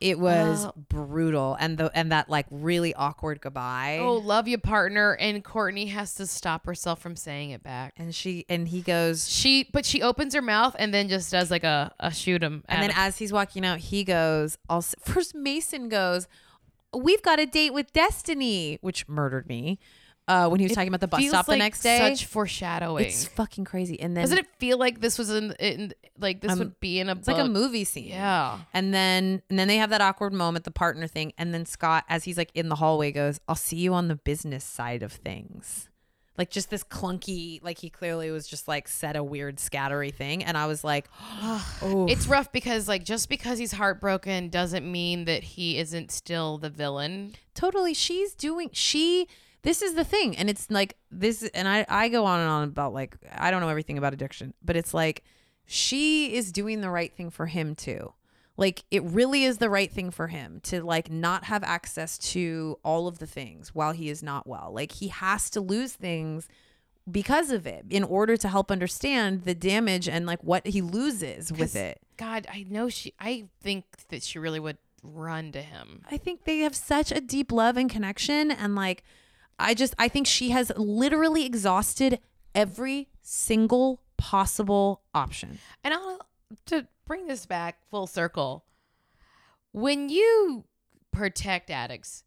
[SPEAKER 2] it was
[SPEAKER 1] Wow.
[SPEAKER 2] brutal and the and that like really awkward goodbye.
[SPEAKER 1] oh love you partner and courtney has to stop herself from saying it back
[SPEAKER 2] And she and he goes
[SPEAKER 1] she but she opens her mouth and then just does like a, a shoot him
[SPEAKER 2] and then as he's walking out, he goes, I'll s- first Mason goes, We've got a date with Destiny, which murdered me. Uh, when he was talking about the bus stop the next day.
[SPEAKER 1] such foreshadowing
[SPEAKER 2] it's fucking crazy. And then
[SPEAKER 1] doesn't it feel like this was in, in like this
[SPEAKER 2] Um,
[SPEAKER 1] would be in a
[SPEAKER 2] it's
[SPEAKER 1] book?
[SPEAKER 2] like a movie scene.
[SPEAKER 1] yeah
[SPEAKER 2] And then and then they have that awkward moment, the partner thing, and then Scott, as he's like in the hallway, goes, I'll see you on the business side of things. Like just this clunky, like he clearly was just like said a weird scattery thing. And I was like, oh
[SPEAKER 1] It's rough because like just because he's heartbroken doesn't mean that he isn't still the villain.
[SPEAKER 2] totally she's doing she this is the thing. And it's like this and I, I go on and on about like I don't know everything about addiction, but it's like she is doing the right thing for him too. like it really is the right thing for him to like not have access to all of the things while he is not well like he has to lose things because of it in order to help understand the damage and like what he loses with it
[SPEAKER 1] God, I know she I think that she really would run to him.
[SPEAKER 2] i think they have such a deep love and connection and like i just i think she has literally exhausted every single possible option
[SPEAKER 1] And I'll to bring this back full circle. When you protect addicts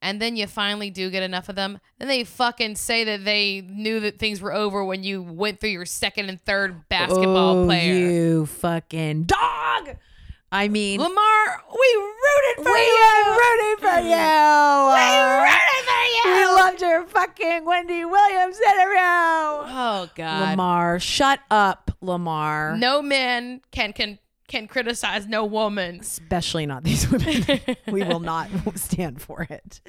[SPEAKER 1] and then you finally do get enough of them, then they fucking say that they knew that things were over when you went through your second and third basketball
[SPEAKER 2] Oh,
[SPEAKER 1] player.
[SPEAKER 2] you fucking dog i mean
[SPEAKER 1] Lamar, we rooted for
[SPEAKER 2] we
[SPEAKER 1] you. Mm.
[SPEAKER 2] are rooting for you. Uh,
[SPEAKER 1] We rooted for you.
[SPEAKER 2] We loved your fucking Wendy Williams interview.
[SPEAKER 1] Oh God.
[SPEAKER 2] Lamar, shut up, Lamar.
[SPEAKER 1] No men can can can criticize no woman.
[SPEAKER 2] especially not these women. we will not stand for it.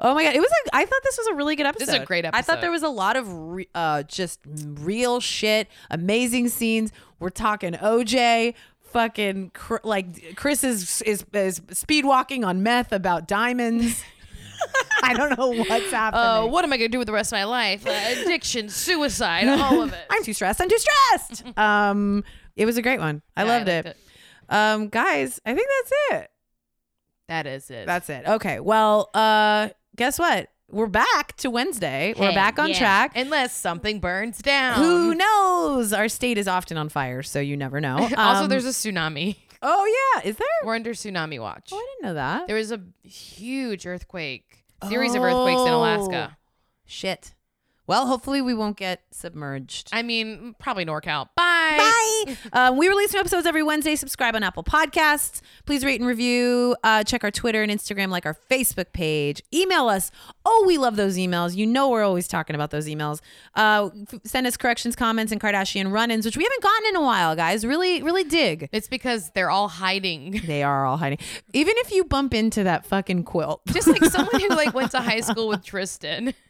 [SPEAKER 2] Oh my god, it was. A, I thought this was a really good episode.
[SPEAKER 1] is a great
[SPEAKER 2] I thought
[SPEAKER 1] episode.
[SPEAKER 2] there was a lot of re- uh, just real shit, amazing scenes. We're talking OJ. Fucking Chr- like Chris is is is speed walking on meth about diamonds. I don't know what's
[SPEAKER 1] Uh,
[SPEAKER 2] happening.
[SPEAKER 1] what am I gonna do with the rest of my life? Uh, addiction, suicide, all of it.
[SPEAKER 2] I'm too stressed. I'm too stressed. um, it was a great one. I
[SPEAKER 1] Yeah,
[SPEAKER 2] loved
[SPEAKER 1] liked
[SPEAKER 2] it. Um, guys, I think that's it.
[SPEAKER 1] That is it.
[SPEAKER 2] That's it. Okay. Well, uh, guess what? We're back to Wednesday. We're
[SPEAKER 1] Hey,
[SPEAKER 2] back on
[SPEAKER 1] yeah.
[SPEAKER 2] track.
[SPEAKER 1] Unless something burns down.
[SPEAKER 2] Who knows? Our state is often on fire, so you never know.
[SPEAKER 1] also,
[SPEAKER 2] Um,
[SPEAKER 1] there's a tsunami.
[SPEAKER 2] oh yeah, is there?
[SPEAKER 1] We're under tsunami watch.
[SPEAKER 2] Oh, I didn't know that.
[SPEAKER 1] There was a huge earthquake, series of earthquakes
[SPEAKER 2] Oh.
[SPEAKER 1] in Alaska.
[SPEAKER 2] Shit. Well, hopefully we won't get submerged.
[SPEAKER 1] I mean, probably NorCal.
[SPEAKER 2] Bye. um, we release new episodes every Wednesday. Subscribe on Apple Podcasts. Please rate and review. Uh, check our Twitter and Instagram, like our Facebook page. Email us. Oh, we love those emails. You know we're always talking about those emails. Uh, f- send us corrections, comments, and Kardashian run-ins, which we haven't gotten in a while, guys. Really, really dig.
[SPEAKER 1] It's because they're all hiding.
[SPEAKER 2] They are all hiding. Even if you bump into that fucking quilt.
[SPEAKER 1] Just like someone who like went to high school with Tristan.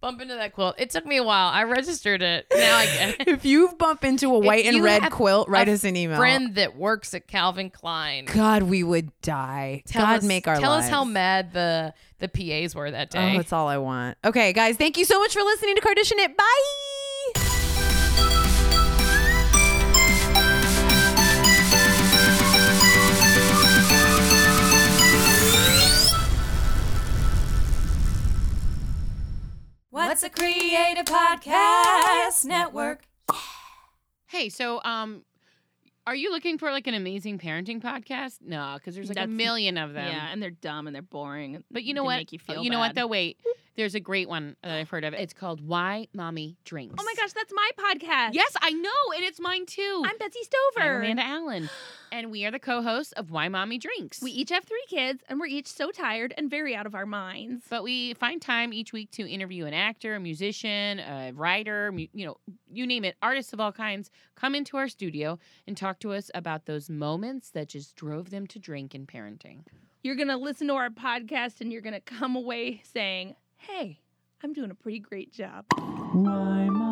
[SPEAKER 1] Bump into that quilt. It took me a while. I registered it. Now I get it.
[SPEAKER 2] If you bump into a white and
[SPEAKER 1] you
[SPEAKER 2] red
[SPEAKER 1] have
[SPEAKER 2] quilt, write
[SPEAKER 1] a
[SPEAKER 2] us an email.
[SPEAKER 1] Friend that works at Calvin Klein.
[SPEAKER 2] God, we would die.
[SPEAKER 1] Tell
[SPEAKER 2] God,
[SPEAKER 1] us,
[SPEAKER 2] make our
[SPEAKER 1] tell us how
[SPEAKER 2] lives.
[SPEAKER 1] mad the the PAs were that
[SPEAKER 2] Oh,
[SPEAKER 1] day.
[SPEAKER 2] that's all I want. Okay, guys, thank you so much for listening to Cardition It. Bye.
[SPEAKER 3] What's a creative podcast network?
[SPEAKER 4] Hey, so um, are you looking for like an amazing parenting podcast? No, because there's like
[SPEAKER 5] That's-
[SPEAKER 4] a million of them.
[SPEAKER 5] Yeah, and they're dumb and they're boring. and
[SPEAKER 4] But you know
[SPEAKER 5] they
[SPEAKER 4] what?
[SPEAKER 5] Make you, feel
[SPEAKER 4] know what
[SPEAKER 5] bad.
[SPEAKER 4] though? Wait, there's a great one that I've heard of. It's called Why Mommy Drinks.
[SPEAKER 5] Oh my gosh, that's my podcast.
[SPEAKER 4] Yes, I know, and it's mine too.
[SPEAKER 5] I'm Betsy
[SPEAKER 4] I'm
[SPEAKER 5] Stover.
[SPEAKER 4] Amanda Allen, and we are the co-hosts of Why Mommy Drinks.
[SPEAKER 5] We each have three kids, and we're each so tired and very out of our minds.
[SPEAKER 4] but we find time each week to interview an actor, a musician, a writer, mu- you know, you name it, artists of all kinds come into our studio and talk to us about those moments that just drove them to drink in parenting.
[SPEAKER 5] You're gonna listen to our podcast, and you're gonna come away saying, "Hey, I'm doing a pretty great job."
[SPEAKER 6] Why, mommy?